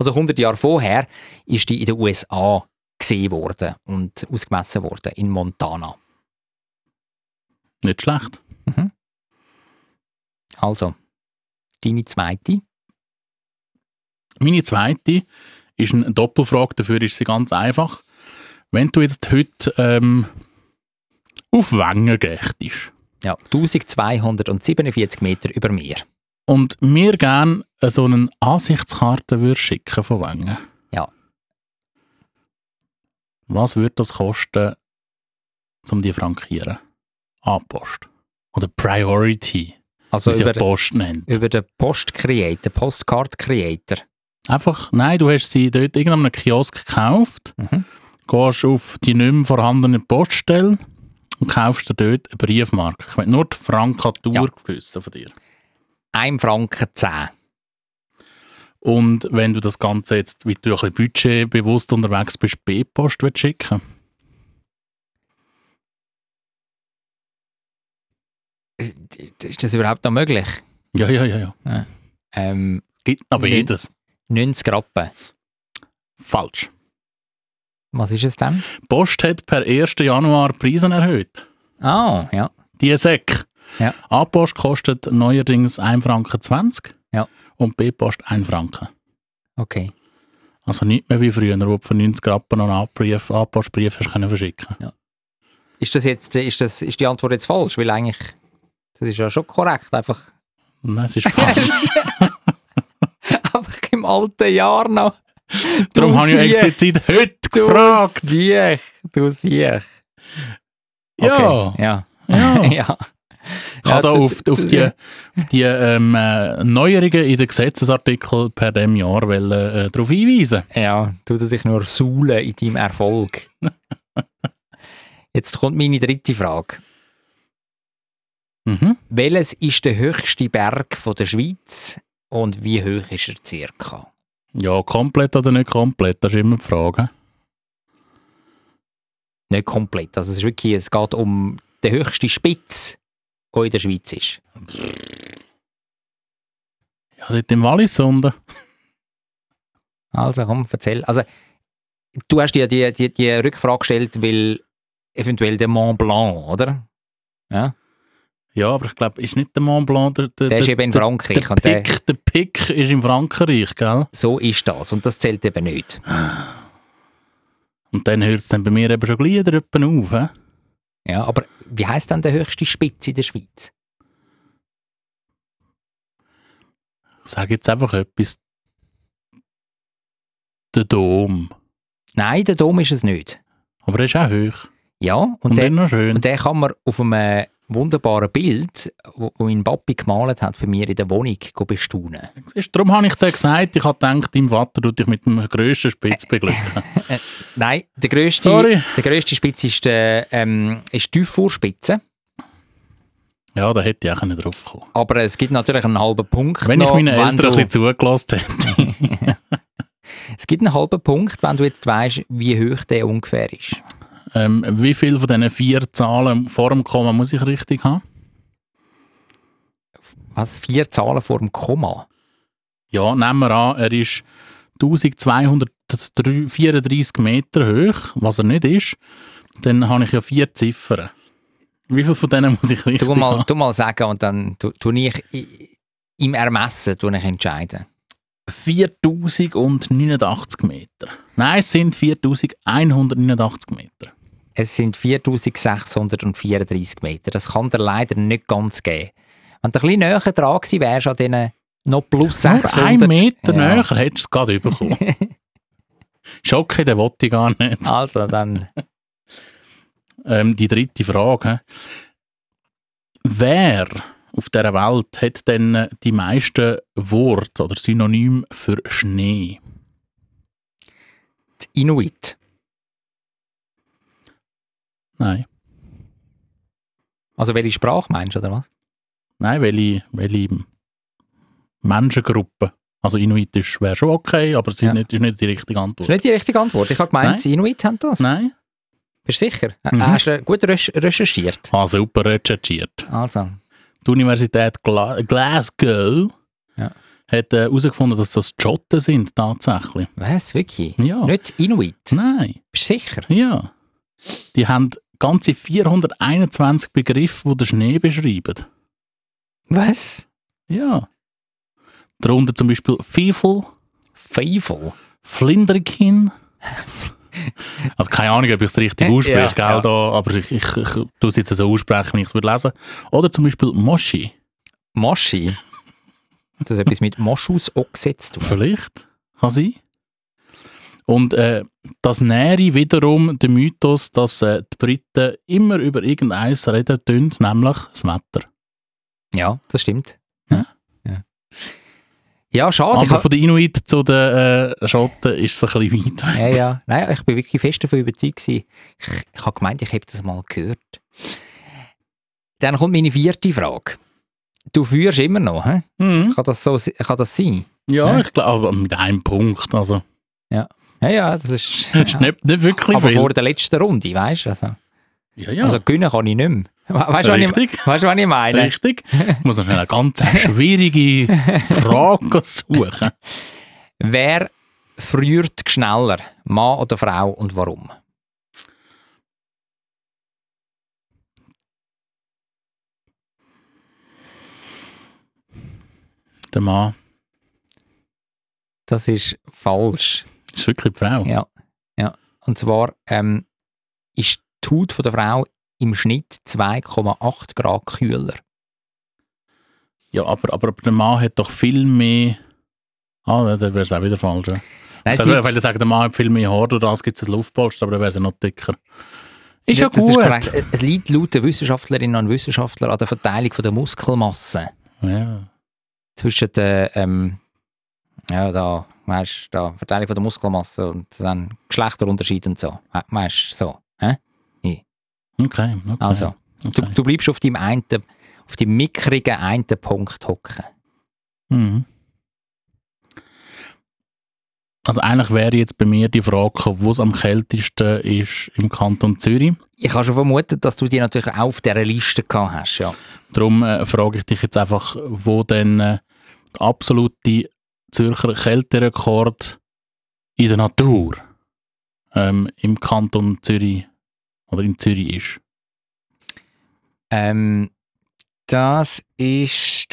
Speaker 2: also 100 Jahre vorher ist die in den USA gesehen worden und ausgemessen worden in Montana.
Speaker 1: Nicht schlecht.
Speaker 2: Also deine zweite.
Speaker 1: Meine zweite ist eine Doppelfrage, dafür ist sie ganz einfach. Wenn du jetzt heute ähm, auf Wengen gächtest
Speaker 2: Ja, 1247 Meter über Meer.
Speaker 1: und mir gerne so eine Ansichtskarte würdest schicken von Wengen.
Speaker 2: Ja.
Speaker 1: Was würde das kosten, um die frankieren? Anpost. Oder Priority,
Speaker 2: Also
Speaker 1: wie sie ja
Speaker 2: über,
Speaker 1: Post nennt.
Speaker 2: über den Post-Creator, Postcard-Creator.
Speaker 1: Einfach, nein, du hast sie dort in einem Kiosk gekauft,
Speaker 2: Mhm.
Speaker 1: gehst auf die nicht mehr vorhandene Poststelle und kaufst dir dort eine Briefmarke. Ich will nur die Frankatur
Speaker 2: Ja.
Speaker 1: wissen von dir.
Speaker 2: 1 Franken 10.
Speaker 1: Und wenn du das Ganze jetzt, weil du ein bisschen budgetbewusst unterwegs bist, B-Post willst schicken
Speaker 2: Ist das überhaupt noch möglich?
Speaker 1: Ja, ja, ja, ja.
Speaker 2: Ähm,
Speaker 1: Gibt aber
Speaker 2: Nein.
Speaker 1: jedes.
Speaker 2: 90 Rappen.
Speaker 1: Falsch.
Speaker 2: Was ist es denn?
Speaker 1: Post hat per 1. Januar Preisen erhöht.
Speaker 2: Ah, ja.
Speaker 1: Die Säcke.
Speaker 2: Ja.
Speaker 1: A-Post kostet neuerdings 1,20 Franken
Speaker 2: Ja.
Speaker 1: und B-Post 1 Franken.
Speaker 2: Okay.
Speaker 1: Also nicht mehr wie früher, wo du für 90 Rappen noch einen Abbrief, Anpostbrief hast können verschicken
Speaker 2: Ist das jetzt, äh, ist das, ist die Antwort jetzt falsch? Weil eigentlich, das ist ja schon korrekt, einfach,
Speaker 1: Nein, es ist falsch.
Speaker 2: einfach im alten Jahr noch.
Speaker 1: Darum habe ich
Speaker 2: Siech,
Speaker 1: explizit heute
Speaker 2: Du
Speaker 1: gefragt.
Speaker 2: Siech, du Siech.
Speaker 1: Ja,
Speaker 2: Okay, ja.
Speaker 1: ja. Ich
Speaker 2: ja. Ja,
Speaker 1: habe da
Speaker 2: du-
Speaker 1: auf, auf
Speaker 2: du-
Speaker 1: die, auf die ähm, äh, Neuerungen in den Gesetzesartikeln per dem Jahr wollen, äh, darauf hinweisen.
Speaker 2: Ja, tu du dich nur suhlen in deinem Erfolg. Jetzt kommt meine dritte Frage.
Speaker 1: Mhm.
Speaker 2: Welches ist der höchste Berg von der Schweiz und wie hoch ist er circa?
Speaker 1: Ja, komplett oder nicht komplett, das ist immer die Frage.
Speaker 2: Nicht komplett, also es ist wirklich, es geht um den höchsten Spitz, der in der Schweiz ist.
Speaker 1: Ja, seit dem Wallis unten.
Speaker 2: Also komm, erzähl. Also, du hast ja die, die, die Rückfrage gestellt, weil eventuell der Mont Blanc, oder? Ja,
Speaker 1: Ja, aber ich glaube, ist nicht der Mont Blanc der, der,
Speaker 2: der ist eben in
Speaker 1: der,
Speaker 2: Frankreich
Speaker 1: der,
Speaker 2: und der,
Speaker 1: Pick, der Pick ist in Frankreich, gell?
Speaker 2: so ist das und das zählt eben nicht.
Speaker 1: Und dann hört es dann bei mir eben schon gleich wieder jemand auf. He?
Speaker 2: Ja, aber wie heißt denn der höchste Spitz in der Schweiz?
Speaker 1: Ich sage jetzt einfach etwas. Der Dom.
Speaker 2: Nein, der Dom ist es nicht.
Speaker 1: Aber er ist auch hoch.
Speaker 2: Ja, und,
Speaker 1: Und,
Speaker 2: der,
Speaker 1: dann noch schön.
Speaker 2: und der kann man auf einem äh, wunderbaren Bild, wo, wo mein Papi gemalt hat, für mir in der Wohnung go bestaunen.
Speaker 1: Siehst, darum habe ich dir gesagt, ich habe gedacht, dein Vater tut dich mit dem grössten Spitz beglücken.
Speaker 2: Nein, der grösste,
Speaker 1: Sorry.
Speaker 2: der grösste Spitz ist, der, ähm, ist die Vorspitze,
Speaker 1: Ja, da hätte ich auch nicht drauf kommen.
Speaker 2: aber es gibt natürlich einen halben Punkt.
Speaker 1: Wenn ich
Speaker 2: noch,
Speaker 1: meinen Eltern ein
Speaker 2: wenn du,
Speaker 1: bisschen zugelassen hätte.
Speaker 2: Es gibt einen halben Punkt, wenn du jetzt weißt, wie hoch der ungefähr ist.
Speaker 1: ähm, wie viele von diesen vier Zahlen vor dem Komma muss ich richtig haben?
Speaker 2: Was? Vier Zahlen vor dem Komma?
Speaker 1: Ja, nehmen wir an, er ist 1234 Meter hoch, was er nicht ist. Dann habe ich ja vier Ziffern. Wie viele von denen muss ich richtig
Speaker 2: Tu mal,
Speaker 1: haben?
Speaker 2: tu mal sagen und dann tu, tu ich, ich, im Ermessen tue ich entscheiden.
Speaker 1: 4089 Meter. Nein, es sind 4189 Meter.
Speaker 2: Es sind 4634 Meter. Das kann dir leider nicht ganz geben. Wenn du ein bisschen näher dran gewesen wärst an diesen noch plus
Speaker 1: Nur
Speaker 2: 600...
Speaker 1: einen Meter
Speaker 2: Ja.
Speaker 1: näher hättest du es gerade bekommen. Ist okay, den wollte ich gar nicht.
Speaker 2: Also, dann...
Speaker 1: Ähm, die dritte Frage. hä? Wer auf dieser Welt hat denn äh, die meisten Worte oder Synonym für Schnee?
Speaker 2: die Inuit.
Speaker 1: Nein.
Speaker 2: Also, welche Sprache meinst du, oder was?
Speaker 1: Nein, welche, welche Menschengruppe? Also Inuit ist- wäre schon okay, aber es ist,
Speaker 2: Ja.
Speaker 1: nicht, ist nicht die richtige
Speaker 2: Das
Speaker 1: Antwort.
Speaker 2: ist nicht die richtige Antwort. Ich habe gemeint,
Speaker 1: Nein.
Speaker 2: die Inuit haben das.
Speaker 1: Nein?
Speaker 2: Bist du sicher?
Speaker 1: Mhm.
Speaker 2: Hast du gut recherch- recherchiert?
Speaker 1: Ah, super recherchiert.
Speaker 2: Also,
Speaker 1: Die Universität Gla Glasgow
Speaker 2: Ja.
Speaker 1: hat äh, herausgefunden, dass das Schotten sind, tatsächlich.
Speaker 2: was? Wirklich?
Speaker 1: Ja.
Speaker 2: Nicht die Inuit?
Speaker 1: Nein,
Speaker 2: Bist du sicher?
Speaker 1: ja. Die haben ganze 421 Begriffe, die den Schnee beschreiben.
Speaker 2: Was?
Speaker 1: Ja. Darunter zum Beispiel Fiefel,
Speaker 2: Feivel?
Speaker 1: Flinderkin. Also keine Ahnung, ob ich es richtig
Speaker 2: Äh, Ja,
Speaker 1: ausspreche, gell,
Speaker 2: ja.
Speaker 1: Da, aber ich, ich, ich tue es jetzt so aussprechen, wenn ich es würde lesen. Oder zum Beispiel Moshi.
Speaker 2: Moschi? Hat das etwas mit Moschus Ochse zu tun?
Speaker 1: Vielleicht. Kann sein. Und äh, das nähere wiederum den Mythos, dass äh, die Briten immer über irgendeins reden tun, nämlich das Wetter.
Speaker 2: Ja, das stimmt.
Speaker 1: Ja.
Speaker 2: Ja, ja schade. Ich
Speaker 1: Aber
Speaker 2: hab-
Speaker 1: von den Inuit zu den äh, Schotten ist es ein bisschen weit weg.
Speaker 2: ja, ja. Nein, ich bin wirklich fest davon überzeugt. gewesen. Ich, ich habe gemeint, ich habe das mal gehört. Dann kommt meine vierte Frage. Du führst immer noch, hä?
Speaker 1: Mhm.
Speaker 2: Kann das, so, se- kann das sein?
Speaker 1: Ja,
Speaker 2: Ja.
Speaker 1: ich glaube, aber mit einem Punkt. Also,
Speaker 2: Ja, ja, das ist.
Speaker 1: das ist nicht, nicht wirklich
Speaker 2: aber
Speaker 1: viel.
Speaker 2: vor der letzten Runde, weißt du? Also,
Speaker 1: ja, ja.
Speaker 2: also gewinnen kann ich nicht mehr. We- Weißt du, was ich-
Speaker 1: richtig,
Speaker 2: weißt du, was ich meine?
Speaker 1: richtig. Ich muss noch schnell eine ganz schwierige Frage suchen.
Speaker 2: Wer friert schneller, Mann oder Frau und warum?
Speaker 1: Der Mann
Speaker 2: Das ist falsch.
Speaker 1: ist wirklich die Frau.
Speaker 2: Ja. ja. Und zwar ähm, ist die Haut von der Frau im Schnitt 2,8 Grad kühler.
Speaker 1: Ja, aber, aber, aber der Mann hat doch viel mehr. Ah, dann wäre es auch wieder falsch. ja. Also,
Speaker 2: Nein,
Speaker 1: Ich
Speaker 2: es
Speaker 1: würde
Speaker 2: liegt,
Speaker 1: vielleicht sagen, der Mann hat viel mehr Haar, durch das gibt es ein Luftpolster, aber dann wäre es noch dicker. Ist ja
Speaker 2: das
Speaker 1: gut.
Speaker 2: korrekt. Äh, es liegt laut den Wissenschaftlerinnen und Wissenschaftlern an der Verteilung von der Muskelmasse
Speaker 1: ja.
Speaker 2: zwischen der ähm, ja, da, weißt, da, Verteilung von der Muskelmasse und dann Geschlechterunterschied und so. Äh, Weißt so. hä?
Speaker 1: Okay, okay.
Speaker 2: Also, du,
Speaker 1: okay.
Speaker 2: du bleibst auf deinem einen, auf deinem mickrigen einen Punkt hocken.
Speaker 1: Mhm. Also eigentlich wäre jetzt bei mir die Frage, gekommen, wo es am kältesten ist im Kanton Zürich.
Speaker 2: Ich habe schon vermutet, dass du die natürlich auch auf dieser Liste gehabt hast, ja.
Speaker 1: Darum äh, frage ich dich jetzt einfach, wo denn äh, der absolute Zürcher Kälterekord in der Natur ähm, im Kanton Zürich oder in Zürich ist.
Speaker 2: Ähm, das ist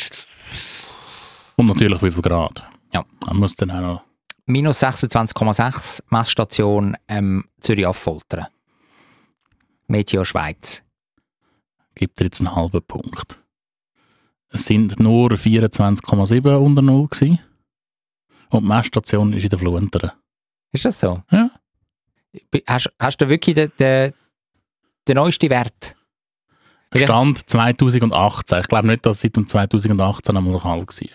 Speaker 1: Und natürlich wie viel Grad.
Speaker 2: Ja.
Speaker 1: Man muss dann auch noch.
Speaker 2: minus 26,6 Messstation ähm, Zürich-Affoltern. Meteo Schweiz.
Speaker 1: gibt dir jetzt einen halben Punkt. Es sind nur 24,7 unter Null gewesen. Und die Messstation ist in der Fluenteren.
Speaker 2: Ist das so?
Speaker 1: Ja.
Speaker 2: Bi- Hast, hast du wirklich den, den, den neuesten Wert? Weil ich-
Speaker 1: Stand 2018. Ich glaube nicht, dass es seit dem 2018 einmal so kalt war.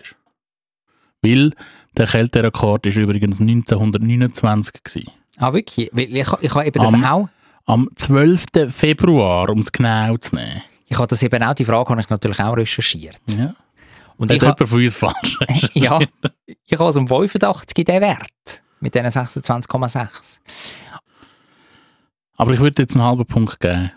Speaker 1: Weil der Kälterekord ist übrigens 1929 gewesen.
Speaker 2: Ah, wirklich? Weil ich, ich habe eben
Speaker 1: Am-
Speaker 2: das auch.
Speaker 1: Am 12. Februar, um es genau zu nehmen.
Speaker 2: Ich habe das eben auch, die Frage habe ich natürlich auch recherchiert.
Speaker 1: Ja.
Speaker 2: Und
Speaker 1: Hat
Speaker 2: ich habe,
Speaker 1: jemand von uns falsch?
Speaker 2: ja, ich habe es um 85 den Wert. Mit diesen 26,6.
Speaker 1: Aber ich würde jetzt einen halben Punkt geben.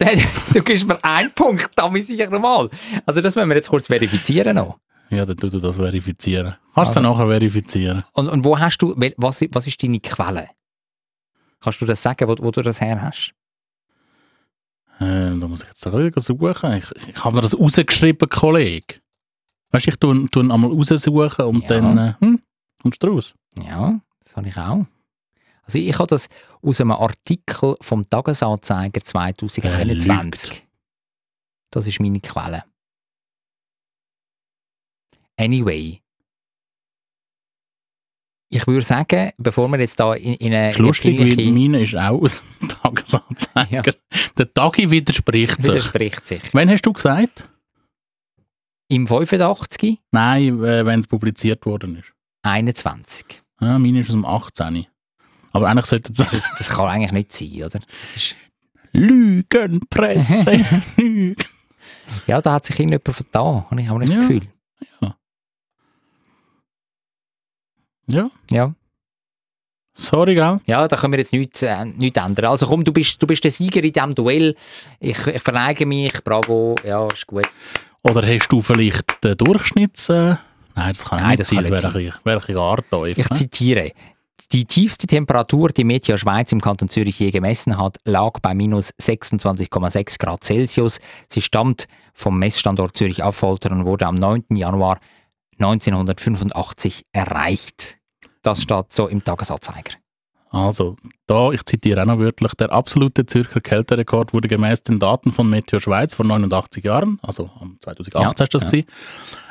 Speaker 2: du gibst mir einen Punkt, damit sicher nochmal. Also das müssen wir jetzt kurz verifizieren noch.
Speaker 1: Ja, dann tu du das verifizieren. Kannst du
Speaker 2: Also.
Speaker 1: dann nachher verifizieren?
Speaker 2: Und, und wo hast du, wel- was, was ist deine Quelle? Kannst du das sagen, wo, wo du das her hast?
Speaker 1: Äh, da muss ich jetzt auch wieder suchen. Ich, ich habe mir das rausgeschrieben, Kollege. Weißt du, ich tue, tue ihn einmal raussuchen und
Speaker 2: Ja.
Speaker 1: dann äh, hm, kommst du raus.
Speaker 2: Ja, das habe ich auch. Also ich habe das aus einem Artikel vom Tagesanzeiger 2021. Das ist meine Quelle. Anyway. Ich würde sagen, bevor wir jetzt da in, in eine...
Speaker 1: Ist lustig,
Speaker 2: in eine
Speaker 1: weil
Speaker 2: peinliche-
Speaker 1: meine ist auch aus dem Tagesanzeiger. Der Tagi widerspricht sich.
Speaker 2: widerspricht sich.
Speaker 1: Wann hast du gesagt?
Speaker 2: Im 85,
Speaker 1: Nein, äh, wenn es publiziert worden ist.
Speaker 2: 21.
Speaker 1: Ja, meine ist aus dem 18. Aber eigentlich sollte es sagen,
Speaker 2: Das, das kann eigentlich nicht sein, oder? Das ist,
Speaker 1: Lügenpresse. Lügen.
Speaker 2: ja, da hat sich irgendjemand vertan, habe ich auch nicht
Speaker 1: Ja.
Speaker 2: das Gefühl.
Speaker 1: ja,
Speaker 2: Ja.
Speaker 1: sorry, gell?
Speaker 2: Ja, da können wir jetzt nichts, äh, nichts ändern. Also komm, du bist, du bist der Sieger in diesem Duell. Ich, ich verneige mich, bravo, ja, ist gut.
Speaker 1: Oder hast du vielleicht den Durchschnitts... Äh, nein, das kann
Speaker 2: Nein,
Speaker 1: nicht
Speaker 2: das
Speaker 1: sein.
Speaker 2: kann nicht
Speaker 1: welche, welche Art da ist,
Speaker 2: Ich
Speaker 1: ne?
Speaker 2: zitiere. Die tiefste Temperatur, die Media Schweiz im Kanton Zürich je gemessen hat, lag bei minus 26,6 Grad Celsius. Sie stammt vom Messstandort Zürich Affolter und wurde am 9. Januar 1985 erreicht. Das steht so im Tagesanzeiger.
Speaker 1: Also, da, ich zitiere auch noch wörtlich, der absolute Zürcher Kälterekord wurde gemäß den Daten von Meteor Schweiz vor 89 Jahren, also am 2018 ist das gewesen,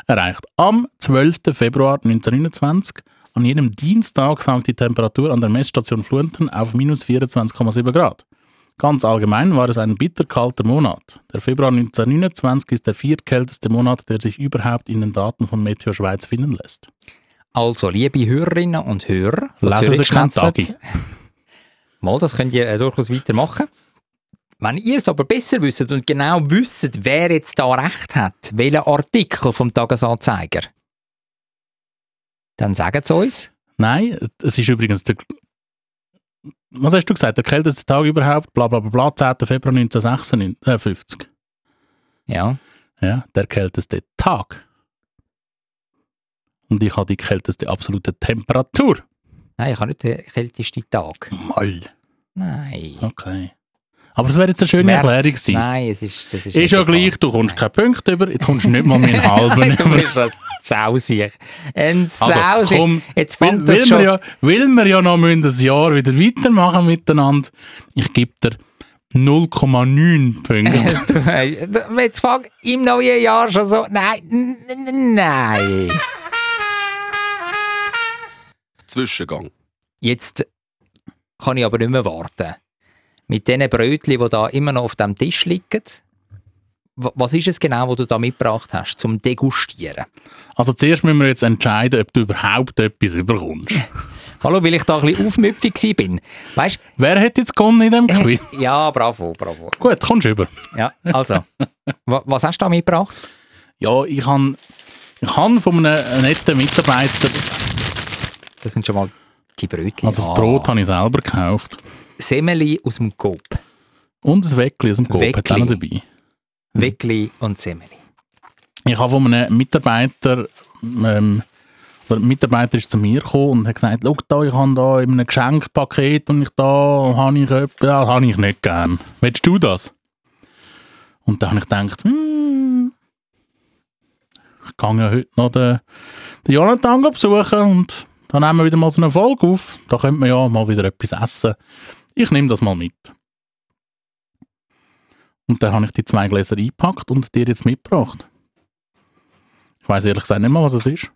Speaker 1: erreicht. Am 12. Februar 1929, an jenem Dienstag sank die Temperatur an der Messstation Flunten auf minus 24,7 Grad. Ganz allgemein war es ein bitterkalter Monat. Der Februar 1929 ist der viertkälteste Monat, der sich überhaupt in den Daten von Meteor Schweiz finden lässt.
Speaker 2: Also, liebe Hörerinnen und Hörer, von
Speaker 1: Leser
Speaker 2: Zürich
Speaker 1: der Kantagi.
Speaker 2: Schnetzlitz. Mal, das könnt ihr äh, durchaus weitermachen. Wenn ihr es aber besser wisst und genau wisst, wer jetzt da recht hat, welchen Artikel vom Tagesanzeiger, dann sagt es uns.
Speaker 1: Nein, es ist übrigens der. Was hast du gesagt? Der kälteste Tag überhaupt, bla bla bla, bla 10. Februar 1956.
Speaker 2: Ja,
Speaker 1: Ja, der kälteste Tag. Und ich habe die kälteste absolute Temperatur.
Speaker 2: nein, ich habe nicht den kältesten Tag.
Speaker 1: Mal.
Speaker 2: Nein.
Speaker 1: Okay. Aber das wäre jetzt eine schöne
Speaker 2: März.
Speaker 1: Erklärung gewesen.
Speaker 2: Nein, es ist... Das
Speaker 1: ist
Speaker 2: ist
Speaker 1: ja
Speaker 2: nicht der Fall.
Speaker 1: gleich, du kommst
Speaker 2: Nein.
Speaker 1: keinen Punkt über, jetzt kommst du nicht mal meinen halben
Speaker 2: du
Speaker 1: über.
Speaker 2: bist ein Sausich. Ein
Speaker 1: Also,
Speaker 2: Sausich.
Speaker 1: komm,
Speaker 2: jetzt
Speaker 1: will,
Speaker 2: fängt
Speaker 1: will,
Speaker 2: das
Speaker 1: wir
Speaker 2: schon...
Speaker 1: ja, will wir ja noch müssen ein Jahr wieder weitermachen miteinander, ich gebe dir 0,9 Punkte.
Speaker 2: Du, äh, du, Jetzt fang im neuen Jahr schon so. Nein, n- n- nein.
Speaker 6: Zwischengang.
Speaker 2: Jetzt kann ich aber nicht mehr warten. Mit diesen Brötchen, die da immer noch auf dem Tisch liegen. W- Was ist es genau, was du da mitgebracht hast zum Degustieren?
Speaker 1: Also zuerst müssen wir jetzt entscheiden, ob du überhaupt etwas überkommst.
Speaker 2: Hallo, weil ich da ein bisschen aufmüpfig war. bin. Weißt
Speaker 1: Wer hat jetzt gewonnen in dem Quiz?
Speaker 2: du? Ja, bravo, bravo.
Speaker 1: Gut, kommst du über.
Speaker 2: Ja, also. wa- Was hast du da mitgebracht?
Speaker 1: Ja, ich habe ich han von einem netten Mitarbeiter,
Speaker 2: Das sind schon mal die Brötchen.
Speaker 1: also
Speaker 2: Ah,
Speaker 1: das Brot habe ich selber gekauft
Speaker 2: Semmeli aus dem Coop.
Speaker 1: und ein Weckli aus dem Coop, hat auch noch dabei.
Speaker 2: Weckli und Semmeli.
Speaker 1: Ich habe von einem Mitarbeiter, ähm, oder ein Mitarbeiter ist zu mir gekommen und hat gesagt, schau da, ich habe da in einem Geschenkpaket und ich da habe ich etwas, das habe ich nicht gern. Willst du das? Und dann habe ich gedacht, hm, ich gehe ja heute noch den, den Jonathan besuchen und dann nehmen wir wieder mal so eine Folge auf. Da könnte man ja mal wieder etwas essen. Ich nehme das mal mit. Und dann habe ich die zwei Gläser eingepackt und dir jetzt mitgebracht. Ich weiß ehrlich gesagt nicht mal, was es ist.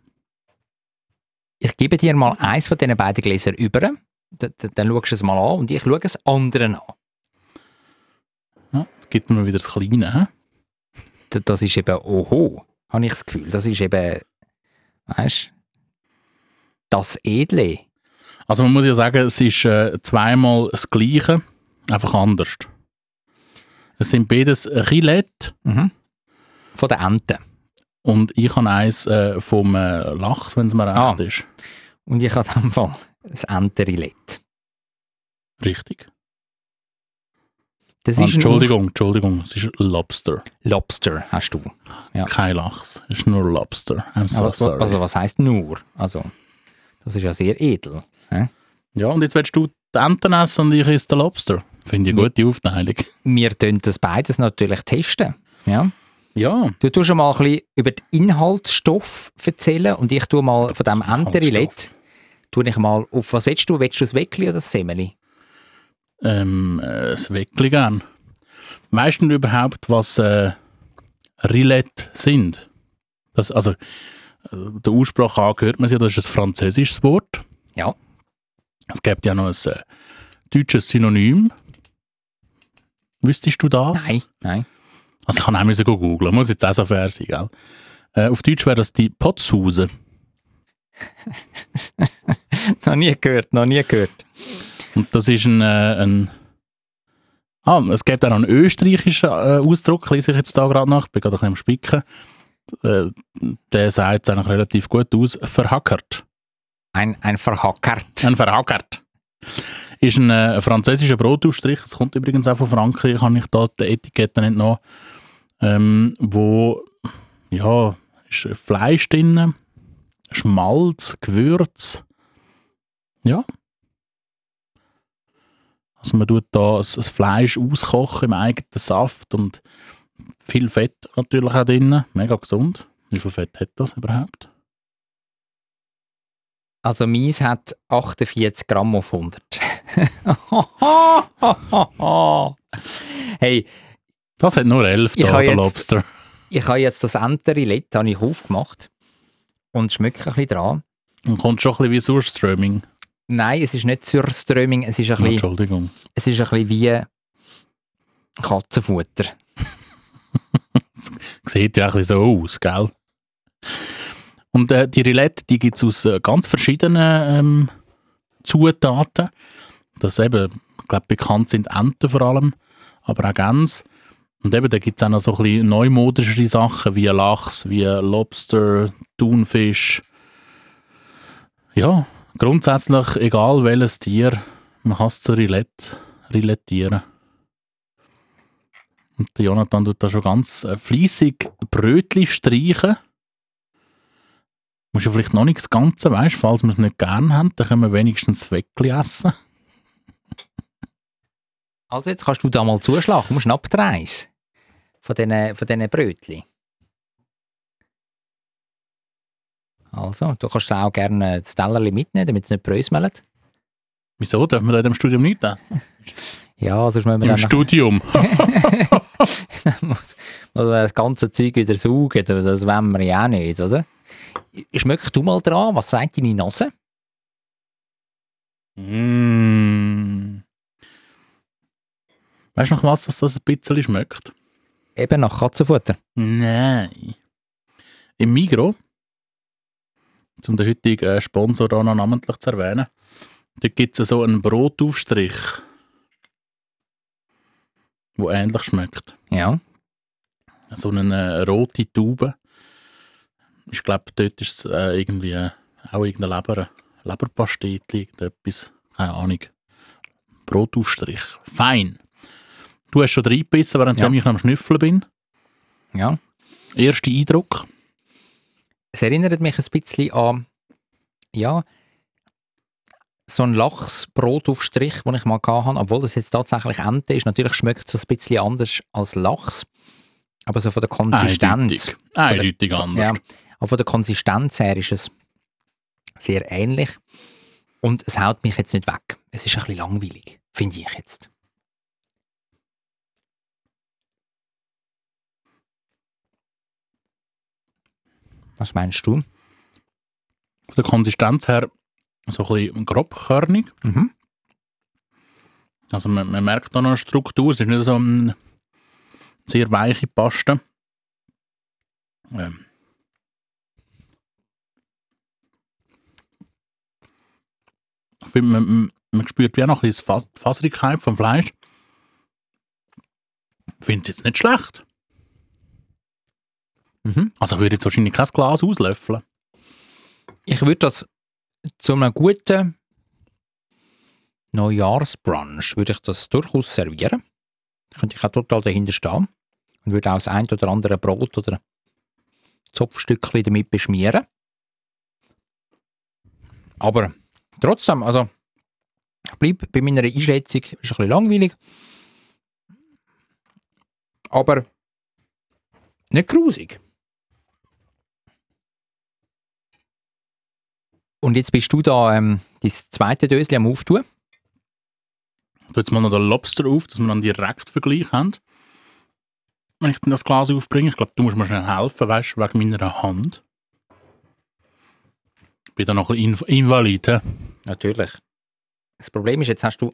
Speaker 2: ich gebe dir mal eins von diesen beiden Gläsern über, dann, dann, dann schaust du es mal an und ich schaue es anderen an.
Speaker 1: Ja, jetzt gibt mir wieder das Kleine. hä?
Speaker 2: D- Das ist eben, oho, habe ich das Gefühl, das ist eben, weißt das Edle.
Speaker 1: Also man muss ja sagen, es ist äh, zweimal das Gleiche, einfach anders. Es sind beides Chilette
Speaker 2: Mhm. Von der Ente.
Speaker 1: und ich habe eins äh, vom äh, Lachs, wenn es mir recht
Speaker 2: Ah.
Speaker 1: ist.
Speaker 2: Und ich habe dann Fall das Entenrillett.
Speaker 1: Richtig.
Speaker 2: Das
Speaker 1: Ah,
Speaker 2: ist ein
Speaker 1: Entschuldigung, Entschuldigung, es ist Lobster.
Speaker 2: Lobster, hast du. Ja.
Speaker 1: Kein Lachs, es ist nur Lobster. I'm so
Speaker 2: Aber,
Speaker 1: sorry.
Speaker 2: also was heißt nur? Also, das ist ja sehr edel.
Speaker 1: ja, und jetzt willst du die Enten essen und ich esse den Lobster. Finde ich eine gute Aufteilung.
Speaker 2: Wir tun das beides natürlich testen. Ja?
Speaker 1: Ja,
Speaker 2: Du tust mal ein bisschen über den Inhaltsstoff erzählen und ich tue mal von dem Enterillett. Tu ich mal auf, was willst du? Willst du das Weckli oder das Semmeli?
Speaker 1: ähm, äh, das Weckli gern. Weißt du denn überhaupt, was äh, Rillette sind? Das, also, äh, der Aussprache an hört man es ja, das ist ein französisches Wort.
Speaker 2: Ja.
Speaker 1: Es gibt ja noch ein äh, deutsches Synonym. Wüsstest du das?
Speaker 2: Nein, nein.
Speaker 1: Also ich kann auch müssen go googlen, muss jetzt auch so fair sein, gell? Äh, auf Deutsch wäre das die Potzhause.
Speaker 2: noch nie gehört, noch nie gehört.
Speaker 1: Und das ist ein, äh, ein Ah, es gibt auch noch einen österreichischen äh, Ausdruck, lese ich jetzt da gerade nach, ich bin gerade ein bisschen am Spicken. Äh, der sagt es eigentlich relativ gut aus, verhackert.
Speaker 2: Ein, ein Verhackert.
Speaker 1: Ein verhackert. Ist ein äh, französischer Brotausstrich, das kommt übrigens auch von Frankreich, habe ich da die Etikette nicht noch, ähm, wo, ja, ist Fleisch drin, Schmalz, Gewürz, ja. Also man tut da das das Fleisch auskochen im eigenen Saft und viel Fett natürlich auch drin, mega gesund. Wie viel Fett hat das überhaupt?
Speaker 2: Also meins hat 48 Gramm auf 100. hey,
Speaker 1: Das hat nur 11
Speaker 2: Ich
Speaker 1: da,
Speaker 2: habe
Speaker 1: der
Speaker 2: jetzt-
Speaker 1: Lobster.
Speaker 2: ich habe jetzt das Enterillett habe ich aufgemacht und schmecke ein bisschen dran.
Speaker 1: Und kommt schon ein bisschen wie Surströmming.
Speaker 2: Nein, es ist nicht Surströmming, es ist ein bisschen...
Speaker 1: Entschuldigung.
Speaker 2: Es ist ein bisschen wie Katzenfutter.
Speaker 1: Sieht ja ein bisschen so aus, gell? Und äh, die Roulette, die gibt es aus äh, ganz verschiedenen ähm, Zutaten. Das eben, ich glaube, bekannt sind Enten vor allem, aber auch Gänse. Und eben, da gibt es auch noch so ein bisschen neumodischere Sachen wie Lachs, wie Lobster, Thunfisch. Ja, grundsätzlich, egal welches Tier, man kann es zu Roulette relettieren. Und der Jonathan tut da schon ganz äh, fleissig Brötli streichen. Muss ja vielleicht noch nicht das Ganze, weißt falls wir es nicht gern haben, dann können wir wenigstens das Weckli essen.
Speaker 2: Also jetzt kannst du da mal zuschlagen. Du musst einen Abdreis von diesen, von diesen Brötchen. Also, du kannst auch gerne das Tellerli mitnehmen, damit es nicht bröseln.
Speaker 1: Wieso? Dürfen wir da in dem Studium nicht essen?
Speaker 2: Ja, sonst
Speaker 1: Im
Speaker 2: müssen wir dann, noch-
Speaker 1: Studium.
Speaker 2: dann muss, muss man das ganze Zeug wieder saugen. Das wollen wir ja auch nicht, oder? Schmeck du mal dran, was sagt deine Nase?
Speaker 1: mm. Weißt du noch was, dass das ein bisschen schmeckt?
Speaker 2: Eben nach Katzenfutter.
Speaker 1: Nein. Im Migro, um den heutigen äh, Sponsor auch noch namentlich zu erwähnen, dort gibt es so einen Brotaufstrich, wo ähnlich schmeckt.
Speaker 2: Ja.
Speaker 1: So eine äh, rote Tube. Ich glaube, dort ist es äh, irgendwie äh, auch irgendein Leber, Leberpastetli, irgendetwas. Keine Ahnung. Brotaufstrich. Fein. Du hast schon reingebissen, während
Speaker 2: Ja.
Speaker 1: ich am Schnüffeln bin.
Speaker 2: Ja.
Speaker 1: Erster Eindruck.
Speaker 2: es erinnert mich ein bisschen an, ja, so einen Lachsbrotaufstrich, den ich mal gehabt habe, obwohl das jetzt tatsächlich Ente ist. Natürlich schmeckt es ein bisschen anders als Lachs, aber so von der Konsistenz.
Speaker 1: Eindeutig. Eindeutig anders.
Speaker 2: Ja, aber von der Konsistenz her ist es sehr ähnlich und es haut mich jetzt nicht weg. Es ist ein bisschen langweilig, finde ich jetzt. Was meinst du?
Speaker 1: Von der Konsistenz her so ein bisschen grobkörnig.
Speaker 2: Mhm.
Speaker 1: Also man, man merkt da noch eine Struktur. Es ist nicht so eine sehr weiche Paste. Ähm. Ich finde, man- man, man spürt wie auch noch ein bisschen Fa- die Faserigkeit vom Fleisch. Ich finde es jetzt nicht schlecht.
Speaker 2: Mhm.
Speaker 1: Also ich würde jetzt wahrscheinlich kein Glas auslöffeln.
Speaker 2: Ich würde das zu einem guten Neujahrsbrunch würde ich das durchaus servieren. Könnte ich auch total dahinter stehen und würde auch das ein oder andere Brot oder Zopfstückchen damit beschmieren. Aber trotzdem, also ich bleibe bei meiner Einschätzung, ist ein bisschen langweilig. Aber
Speaker 7: Nicht grusig.
Speaker 2: Und jetzt bist du da ähm, dein zweite Dösli am Auftun.
Speaker 1: tue jetzt mal noch den Lobster auf, dass wir dann direkt Vergleich haben. Wenn ich dann das Glas aufbringe, ich glaube, du musst mir schnell helfen, weißt du, wegen meiner Hand. Ich bin da noch ein bisschen Inv invalid. hä?
Speaker 2: Natürlich. Das Problem ist, jetzt hast du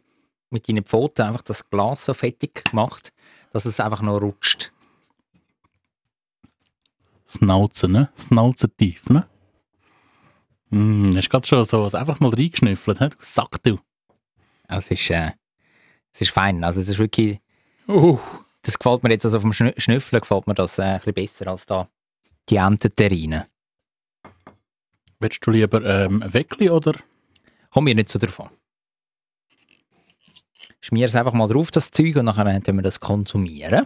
Speaker 2: mit deinen Pfoten einfach das Glas so fettig gemacht, dass es einfach noch rutscht.
Speaker 1: Snauzen, ne? Snauzen tief, ne? Mm, hast gerade schon so was einfach mal reingeschnüffelt, hä? Du Sack, du.
Speaker 2: Es ist, äh, es ist fein. Also es ist wirklich,
Speaker 1: Uh.
Speaker 2: das gefällt mir jetzt also vom Schnü- Schnüffeln gefällt mir das äh, ein bisschen besser als da die Enteten rein.
Speaker 1: Willst du lieber ähm, ein Weckli oder?
Speaker 2: Kommen wir nicht so davon. Schmier es einfach mal drauf, das Zeug, und nachher können wir das konsumieren.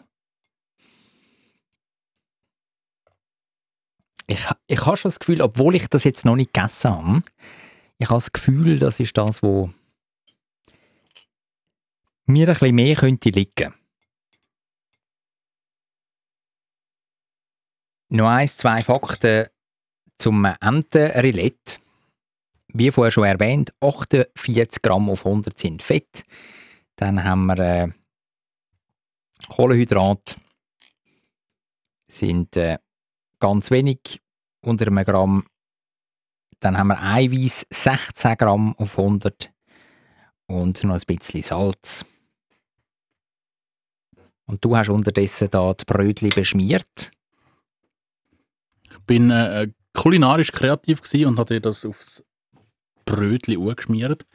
Speaker 2: Ich, ha- ich habe schon das Gefühl, obwohl ich das jetzt noch nicht gegessen habe, ich habe das Gefühl, das ist das, wo mir ein bisschen mehr könnte liegen. Noch eins, zwei Fakten zum Entenrillett wie vorher schon erwähnt, 48 Gramm auf 100 sind Fett. Dann haben wir äh, Kohlenhydrate, sind äh, ganz wenig, unter einem Gramm. Dann haben wir Eiweiß, 16 Gramm auf 100 und noch ein bisschen Salz. Und du hast unterdessen da die Brötli beschmiert.
Speaker 1: Ich bin äh, äh, kulinarisch kreativ gewesen und habe dir das aufs Brötchen angeschmiert.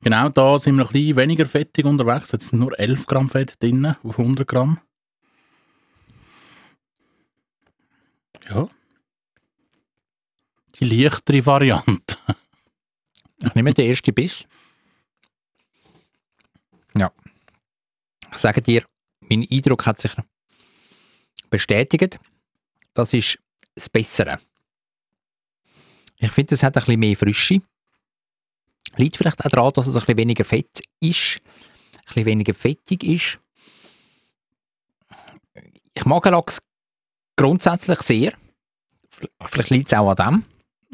Speaker 1: Genau da sind wir ein bisschen weniger fettig unterwegs. Jetzt sind nur 11 Gramm Fett drin auf 100 Gramm. Ja. Die leichtere Variante.
Speaker 2: Ich nehme den ersten Biss. Ja. Ich sage dir, mein Eindruck hat sich bestätigt. Das ist das Bessere. Ich finde, es hat ein bisschen mehr Frische. Liegt vielleicht auch daran, dass es ein bisschen weniger fett ist. Ein bisschen weniger fettig ist. Ich mag den Lachs grundsätzlich sehr. Vielleicht liegt es auch an dem.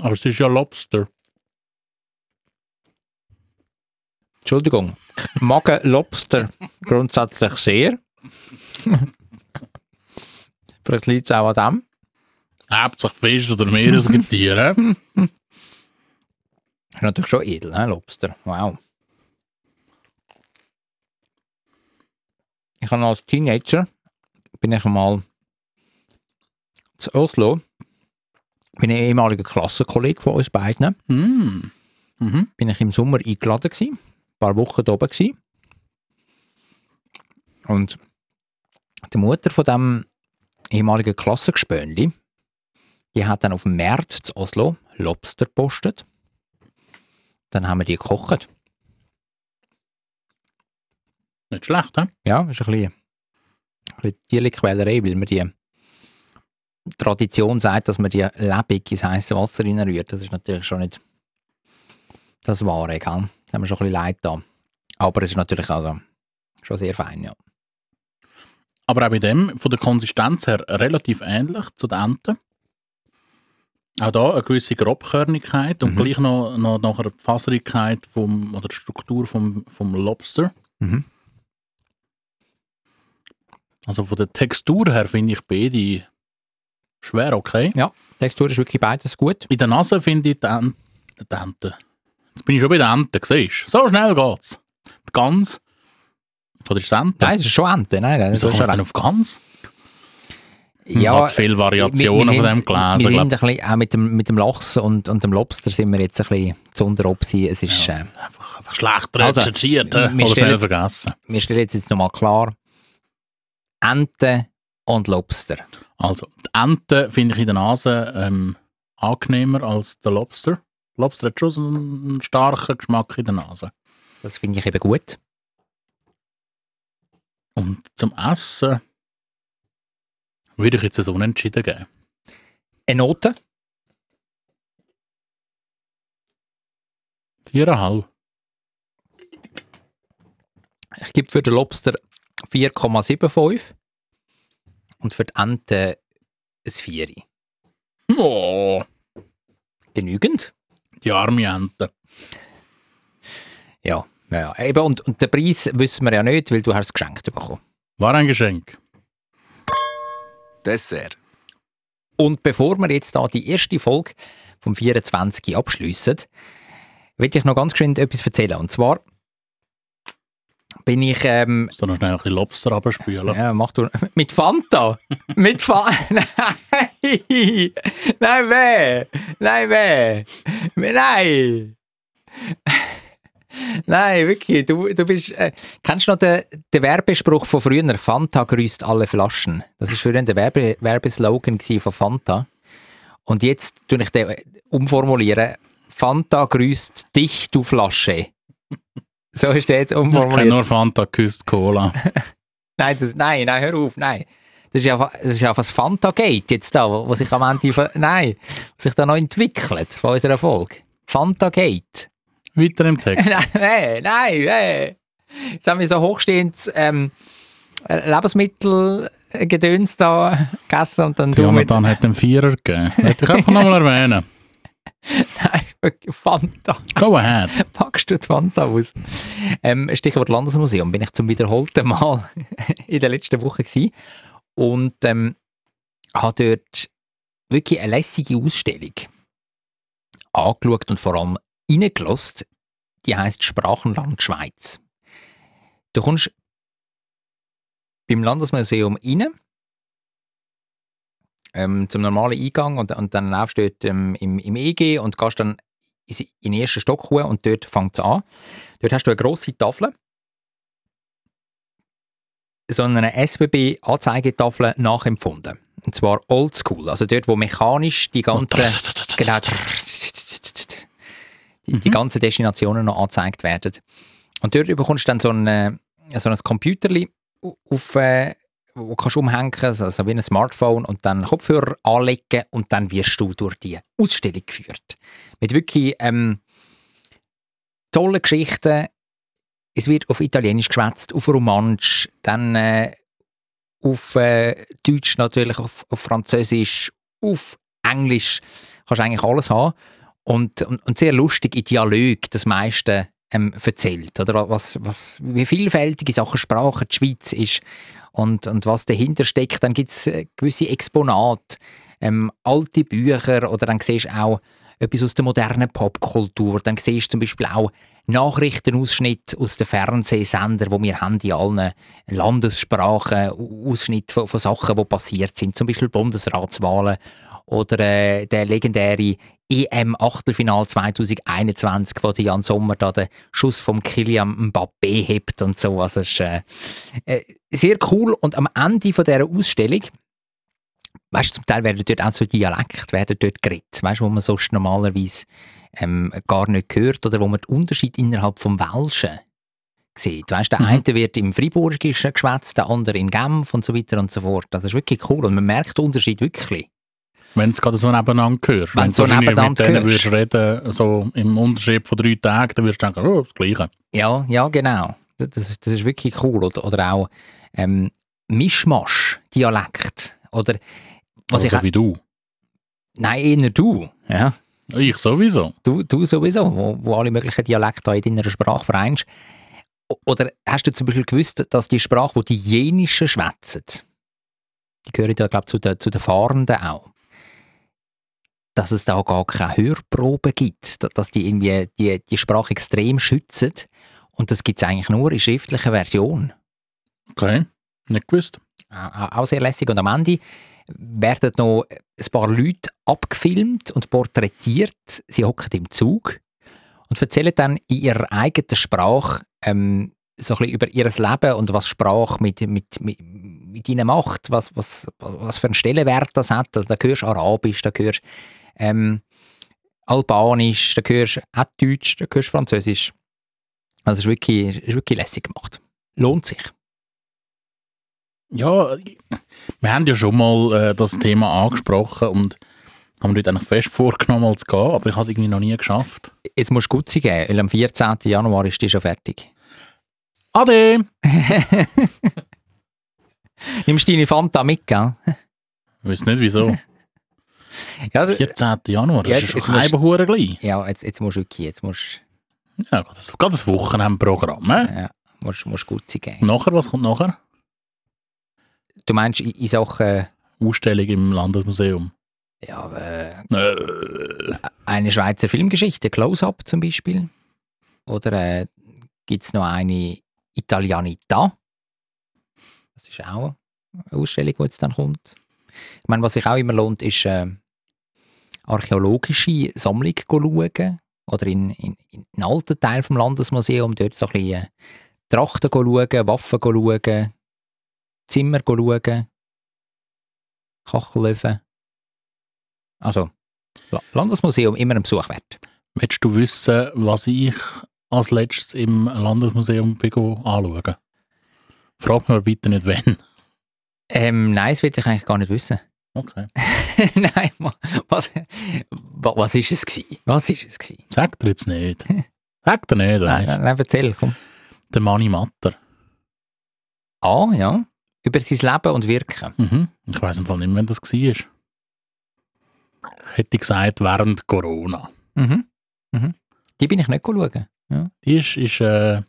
Speaker 1: Aber es ist ja Lobster.
Speaker 2: Entschuldigung, ich mag Lobster grundsätzlich sehr. Vielleicht liegt es auch an dem.
Speaker 1: Hauptsächlich Fisch oder Meeresgetier. hä?
Speaker 2: Ist natürlich schon edel, he? Lobster. Wow. Ich habe als Teenager bin ich mal zu Oslo. Bin ein ehemaliger Klassenkollege von uns beiden.
Speaker 1: mm. mhm.
Speaker 2: bin ich im Sommer eingeladen gsi, ein paar Wochen da oben gsi. Und die Mutter von dem ehemaligen Klassengespönli, die hat dann auf dem März zu Oslo Lobster gepostet. Dann haben wir die gekocht.
Speaker 1: Nicht schlecht, hä?
Speaker 2: Ja, ist ein bisschen, ein bisschen Tierquälerei, weil man die Tradition sagt, dass man die lebendig ins heiße Wasser reinrührt. Das ist natürlich schon nicht das Wahre, gell? Da haben wir schon ein bisschen Leid da. Aber es ist natürlich also schon sehr fein, ja.
Speaker 1: Aber auch bei dem, von der Konsistenz her, relativ ähnlich zu den Enten. Auch da eine gewisse Grobkörnigkeit und
Speaker 2: Mhm.
Speaker 1: gleich noch, noch nachher die Faserigkeit vom, oder die Struktur vom, vom Lobster.
Speaker 2: Mhm.
Speaker 1: Also von der Textur her finde ich beide schwer okay.
Speaker 2: Die Textur ist wirklich beides gut.
Speaker 1: Bei der Nase finde ich die Enten. Die Enten. Jetzt bin ich schon bei den Enten, siehst du? So schnell geht's. Die Gans. Oder ist es Ente?
Speaker 2: Nein, es ist schon Ente. Nein, nein,
Speaker 1: Wieso
Speaker 2: das ist
Speaker 1: kommt
Speaker 2: schon
Speaker 1: man auf Gans? Ja,
Speaker 2: Ja,
Speaker 1: hat viele
Speaker 2: wir- wir
Speaker 1: Variationen
Speaker 2: sind-
Speaker 1: von dem
Speaker 2: Wir
Speaker 1: gelesen,
Speaker 2: sind
Speaker 1: glaub
Speaker 2: ein bisschen, auch mit dem, mit dem Lachs und, und dem Lobster sind wir jetzt ein bisschen zu unter Es ist... Äh,
Speaker 1: einfach, einfach schlecht
Speaker 2: Also,
Speaker 1: recherchiert
Speaker 2: wir
Speaker 1: hä? oder schnell
Speaker 2: stellen-
Speaker 1: vergessen.
Speaker 2: wir stellen jetzt, jetzt nochmal klar, Ente und Lobster.
Speaker 1: Also, die Ente finde ich in der Nase ähm, angenehmer als der Lobster. Lobster hat schon so einen starken Geschmack in der Nase.
Speaker 2: Das finde ich eben gut.
Speaker 1: Und zum Essen würde ich jetzt ein Unentschieden geben.
Speaker 2: Eine Note?
Speaker 1: Viereinhalb.
Speaker 2: Ich gebe für den Lobster 4,75 und für die Ente ein Vieri.
Speaker 1: Oh,
Speaker 2: Genügend?
Speaker 1: die arme Ente.
Speaker 2: Ja. ja, ja. Eben, und, und den Preis wissen wir ja nicht, weil du hast es geschenkt bekommen.
Speaker 1: War ein Geschenk.
Speaker 6: Dessert.
Speaker 2: Und bevor wir jetzt da die erste Folge vom 24 abschliessen, will ich noch ganz geschwind etwas erzählen. Und zwar bin ich ähm,
Speaker 1: Muss da noch schnell ein bisschen Lobster abspülen.
Speaker 2: Ja, mach du. Mit Fanta! Mit Fanta! Nein! Nein, weh! Nein, weh! Nein! Nein, wirklich, du, du bist. Äh, kennst du noch den, den Werbespruch von früher? Fanta grüßt alle Flaschen. Das war früher der Werbe, Werbeslogan gewesen von Fanta. Und jetzt tue ich den äh, umformulieren. Fanta grüßt dich, du Flasche. So ist der jetzt
Speaker 1: ich kenne
Speaker 2: umformuliert.
Speaker 1: nur Fanta Küsst Cola.
Speaker 2: Nein, das, nein, nein, hör auf, nein. Das ist ja, fa- das ist ja fast Fanta-Gate jetzt da, wo- wo sich am Ende, ver- nein, was sich da noch entwickelt von unserer Folge. Fanta-Gate.
Speaker 1: Weiter im Text.
Speaker 2: nein, nein, nein, nein. Jetzt haben wir so hochstehendes ähm, eh, Lebensmittelgedöns da gegessen und dann du mit
Speaker 1: Jonathan hat den Vierer gegeben. Hätte ich einfach nochmal erwähnen.
Speaker 2: Fanta.
Speaker 1: Go ahead.
Speaker 2: packst du die Wand aus. Ähm, Stichwort Landesmuseum, bin ich zum wiederholten Mal in der letzten Woche gewesen und ähm, habe dort wirklich eine lässige Ausstellung angeschaut und vor allem reingelassen. Die heißt Sprachenland Schweiz. Du kommst beim Landesmuseum rein, ähm, zum normalen Eingang und, und dann laufst du dort ähm, im, im EG und gehst dann in si- in den ersten Stock hoch und dort fängt es an. Dort hast du eine grosse Tafel. So eine SBB-Anzeigetafel nachempfunden. Und zwar oldschool, also dort, wo mechanisch die ganzen genau, die, die ganzen Destinationen noch angezeigt werden. Und dort bekommst du dann so ein, so ein Computerli auf, äh, wo kannst du umhängen, also so wie ein Smartphone und dann Kopfhörer anlegen und dann wirst du durch die Ausstellung geführt. Mit wirklich ähm, tollen Geschichten. Es wird auf Italienisch geschwätzt, auf Romansch, dann äh, auf äh, Deutsch natürlich, auf, auf Französisch, auf Englisch. Kannst eigentlich alles haben. Und, und, und sehr lustig in Dialog das meiste ähm, erzählt. Oder was, was, wie vielfältige Sachen Sprache die Schweiz ist und, und was dahinter steckt. Dann gibt es gewisse Exponate, ähm, alte Bücher oder dann siehst du auch etwas aus der modernen Popkultur. Dann siehst du zum Beispiel auch Nachrichtenausschnitte aus den Fernsehsendern, die wir haben in allen Landessprachen, U- Ausschnitte von, von Sachen, die passiert sind, zum Beispiel Bundesratswahlen oder äh, der legendäre EM-Achtelfinal 2021, wo der Jan Sommer da den Schuss vom Kylian Mbappé hebt und so. Also es ist äh, äh, sehr cool und am Ende von dieser Ausstellung weißt du, zum Teil werden dort auch so Dialekte werden dort geredet, weißt du, wo man sonst normalerweise ähm, gar nicht hört oder wo man den Unterschied innerhalb vom Welschen sieht. Weißt, der
Speaker 1: Mhm.
Speaker 2: eine wird im Friburgischen geschwätzt, der andere in Genf und so weiter und so fort. Das ist wirklich cool und man merkt den Unterschied wirklich.
Speaker 1: Wenn es gerade so nebeneinander hörst.
Speaker 2: Wenn
Speaker 1: Wenn,
Speaker 2: so
Speaker 1: du wahrscheinlich mit
Speaker 2: nebeneinander
Speaker 1: denen
Speaker 2: hörst.
Speaker 1: würdest reden, so im Unterschied von drei Tagen, dann würdest du denken, oh, das Gleiche.
Speaker 2: Ja, ja, genau. Das, das, ist- das ist wirklich cool. Oder, oder auch ähm, Mischmasch, Dialekt. Oder was
Speaker 1: also
Speaker 2: ich.
Speaker 1: wie du.
Speaker 2: Nein, eher du. Ja.
Speaker 1: Ich sowieso.
Speaker 2: Du, du sowieso, wo, wo alle möglichen Dialekte da in deiner Sprache vereinst. O- Oder hast du zum Beispiel gewusst, dass die Sprache, die die Jenischen schwätzen, die gehören ja, glaube ich, zu den, zu den Fahrenden auch, dass es da gar keine Hörproben gibt, da- dass die irgendwie die, die Sprache extrem schützen. Und das gibt es eigentlich nur in schriftlicher Version.
Speaker 1: Okay, nicht gewusst.
Speaker 2: Auch Ah, auch sehr lässig. Und am Ende werden noch ein paar Leute abgefilmt und porträtiert. Sie hocken im Zug und erzählen dann in ihrer eigenen Sprache ähm, so ein bisschen über ihr Leben und was Sprache mit, mit, mit, mit ihnen macht, was, was, was für einen Stellenwert das hat. Also, da hörst du Arabisch, da hörst du ähm, Albanisch, da hörst du auch Deutsch, da hörst du Französisch. Also es ist wirklich, ist wirklich lässig gemacht. Lohnt sich.
Speaker 1: Ja, wir haben ja schon mal äh, das Thema angesprochen und haben heute eigentlich fest vorgenommen, mal zu gehen, aber ich habe es irgendwie noch nie geschafft.
Speaker 2: Jetzt musst du Gutzi geben, weil am 14. Januar ist die schon fertig.
Speaker 1: Ade!
Speaker 2: Nimmst du deine Fanta mit, gell?
Speaker 1: Ich weiß nicht wieso.
Speaker 2: Ja, das-
Speaker 1: 14. Januar, das
Speaker 2: Ja,
Speaker 1: ist
Speaker 2: jetzt-
Speaker 1: schon
Speaker 2: jetzt musst-
Speaker 1: kein Huren gleich.
Speaker 2: ja jetzt, jetzt musst du wirklich, jetzt musst
Speaker 1: Ja, das ist gerade ein Wochenendprogramm. Äh?
Speaker 2: ja, musst, musst gut sein geben.
Speaker 1: Und nachher, was kommt nachher?
Speaker 2: Du meinst in, in Sachen,
Speaker 1: Ausstellung im Landesmuseum.
Speaker 2: ja, äh,
Speaker 1: Äh,
Speaker 2: eine Schweizer Filmgeschichte, Close-Up zum Beispiel. Oder äh, gibt es noch eine Italianita? Das ist auch eine Ausstellung, die jetzt dann kommt. Ich meine, was sich auch immer lohnt, ist äh, archäologische Sammlung go schauen. Oder in, in, in einen alten Teil vom Landesmuseum, dort so ein bisschen äh, Trachten go schauen, Waffen go schauen, Zimmer go schauen, Kachelöfen. Also, La- Landesmuseum immer ein Besuch wert.
Speaker 1: willst du wissen, was ich als letztes im Landesmuseum bin go anschauen? Frag mir bitte nicht, wann.
Speaker 2: Ähm, nein, das will ich eigentlich gar nicht wissen.
Speaker 1: Okay.
Speaker 2: nein, ma- was, wa- was ist es gewesen? Was ist es gewesen?
Speaker 1: Sag dir jetzt nicht. Sag dir nicht,
Speaker 2: Nein,
Speaker 1: weißt
Speaker 2: nein, nein, erzähl, komm.
Speaker 1: du. Der Manni Matter.
Speaker 2: Ah, ja. Über sein Leben und Wirken.
Speaker 1: Mhm. Ich weiß im Fall nicht, mehr, wann das war. Hätte ich gesagt, während Corona.
Speaker 2: Mhm. Mhm. Die bin ich nicht schauen. Ja.
Speaker 1: Die ist, ist, äh,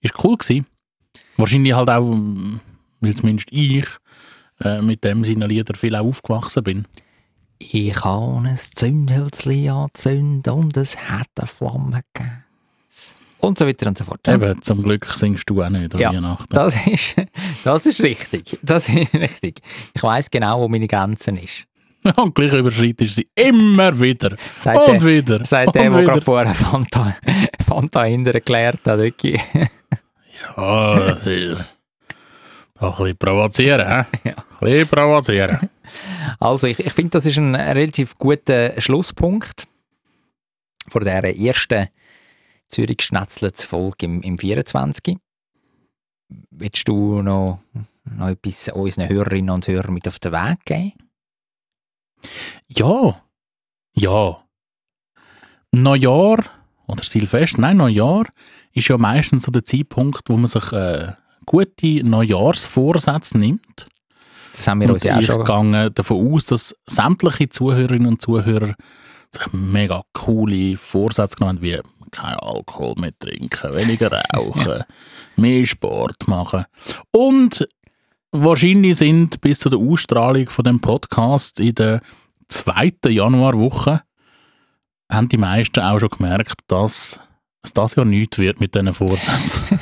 Speaker 1: ist cool gewesen. Wahrscheinlich halt auch, ähm, weil zumindest ich äh, mit dem seiner Lieder viel auch aufgewachsen bin.
Speaker 2: Ich habe ein Zündhölzli angezündet und es hat eine Flamme gegeben. Und so weiter und so fort.
Speaker 1: Eben, zum Glück singst du auch nicht an
Speaker 2: Ja,
Speaker 1: Weihnachten.
Speaker 2: Das ist, das ist richtig. Das ist richtig. Ich weiß genau, wo meine Grenzen ist.
Speaker 1: Und gleich überschreitest du sie immer wieder.
Speaker 2: Sagt
Speaker 1: und
Speaker 2: der-
Speaker 1: wieder.
Speaker 2: Sagt
Speaker 1: und
Speaker 2: der, der gerade
Speaker 1: wieder.
Speaker 2: vorher Fanta, Fanta hinter erklärt hat. wirklich.
Speaker 1: Ja, Ah, das ist... Doch ein bisschen provozieren, hä?
Speaker 2: Ja.
Speaker 1: Ein bisschen provozieren.
Speaker 2: Also ich, ich finde, das ist ein relativ guter Schlusspunkt von dieser ersten zürich schnetzlitz folge im, im 24. Willst du noch, noch etwas unseren Hörerinnen und Hörern mit auf den Weg geben?
Speaker 1: Ja. Ja. Neujahr oder Silvester, nein, Neujahr ist ja meistens so der Zeitpunkt, wo man sich äh, gute Neujahrsvorsätze nimmt.
Speaker 2: Das haben wir uns
Speaker 1: Und
Speaker 2: ja auch
Speaker 1: ich
Speaker 2: schon...
Speaker 1: gehe davon aus, dass sämtliche Zuhörerinnen und Zuhörer sich mega coole Vorsätze genommen haben, wie kein Alkohol mehr trinken, weniger rauchen, mehr Sport machen. Und wahrscheinlich sind bis zu der Ausstrahlung von dem Podcast in der zweiten Januarwoche haben die meisten auch schon gemerkt, dass es das Jahr nichts wird mit diesen Vorsätzen.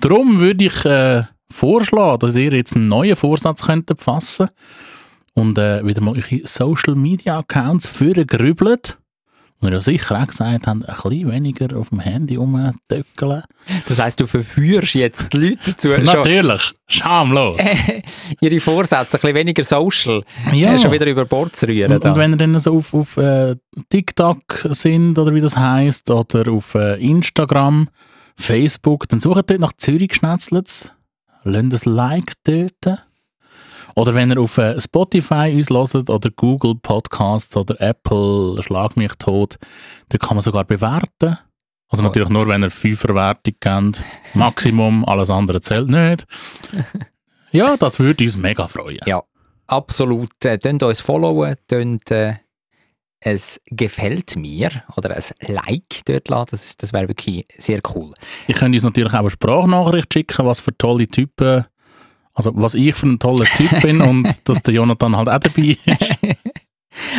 Speaker 1: Darum würde ich äh, vorschlagen, dass ihr jetzt einen neuen Vorsatz könntet fassen und äh, wieder mal eure Social Media Accounts führen grübelt. Und ihr ja sicher auch gesagt habt, ein bisschen weniger auf dem Handy rumdöckeln.
Speaker 2: Das heisst, du verführst jetzt die Leute dazu, Äh, schon
Speaker 1: Natürlich, schamlos.
Speaker 2: ihre Vorsätze, ein bisschen weniger social,
Speaker 1: ja.
Speaker 2: äh, schon wieder über Bord zu rühren.
Speaker 1: Und,
Speaker 2: da.
Speaker 1: und wenn ihr dann so auf, auf äh, TikTok sind oder wie das heißt oder auf äh, Instagram, Facebook, dann sucht dort nach Zürich Schnetzlitz, lasst ein Like dort. Oder wenn ihr auf äh, Spotify uns hört oder Google Podcasts oder Apple, schlag mich tot, dort kann man sogar bewerten. Also
Speaker 2: Oh.
Speaker 1: natürlich nur, wenn ihr fünf Verwertung kennt. Maximum, alles andere zählt nicht. Ja, das würde uns mega freuen.
Speaker 2: absolut, äh, könnt uns followen, könnt äh, es gefällt mir oder ein Like dort lassen, das, ist- das wäre wirklich sehr cool.
Speaker 1: Ihr könnt uns natürlich auch eine Sprachnachricht schicken, was für tolle Typen, also was ich für ein toller Typ bin und dass der Jonathan halt auch dabei ist.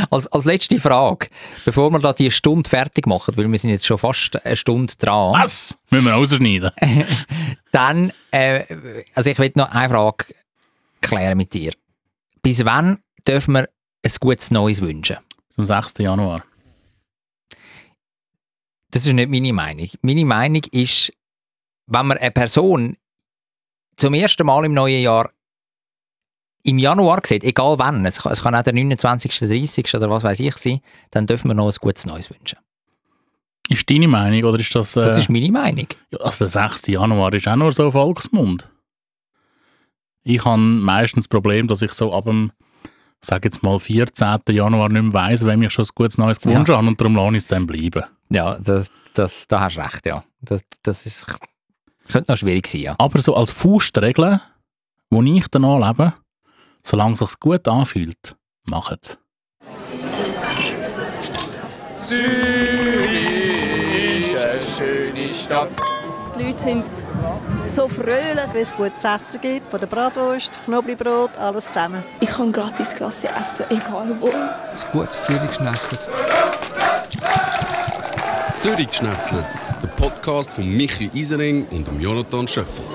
Speaker 2: Als, als letzte Frage, bevor wir da die Stunde fertig machen, weil wir sind jetzt schon fast eine Stunde dran,
Speaker 1: Was? Müssen wir rausschneiden.
Speaker 2: dann, äh, also ich will noch eine Frage klären mit dir. Bis wann dürfen wir ein gutes Neues wünschen?
Speaker 1: Zum 6. Januar.
Speaker 2: Das ist nicht meine Meinung. Meine Meinung ist, wenn man eine Person zum ersten Mal im neuen Jahr im Januar sieht, egal wann, es kann, es kann auch der 29., 30. oder was weiß ich sein, dann dürfen wir noch ein gutes Neues wünschen.
Speaker 1: Ist deine Meinung oder ist das... Äh,
Speaker 2: Das ist meine Meinung.
Speaker 1: ja, also der 6. Januar ist auch nur so Volksmund. Ich habe meistens das Problem, dass ich so ab dem, sag jetzt mal 14. Januar nicht mehr weiss, wem ich schon ein gutes Neues gewünscht habe und darum lasse ich es dann bleiben.
Speaker 2: Ja, das, das, da hast du recht, ja. Das, das ist, könnte noch schwierig sein, ja.
Speaker 1: Aber so als Faustregel, wo ich dann anlebe, Solange es sich gut anfühlt, macht
Speaker 3: Zürich ist eine schöne Stadt.
Speaker 4: Die Leute sind so fröhlich.
Speaker 5: Wenn es gutes Essen gibt, von der Bratwurst, Knoblauchbrot, alles zusammen.
Speaker 4: Ich kann gratis Klasse essen, egal wo.
Speaker 6: Ein gutes Zürich schnetzelt. Zürich schnetzelt. Der Podcast von Michi Isering und dem Jonathan Schöffel.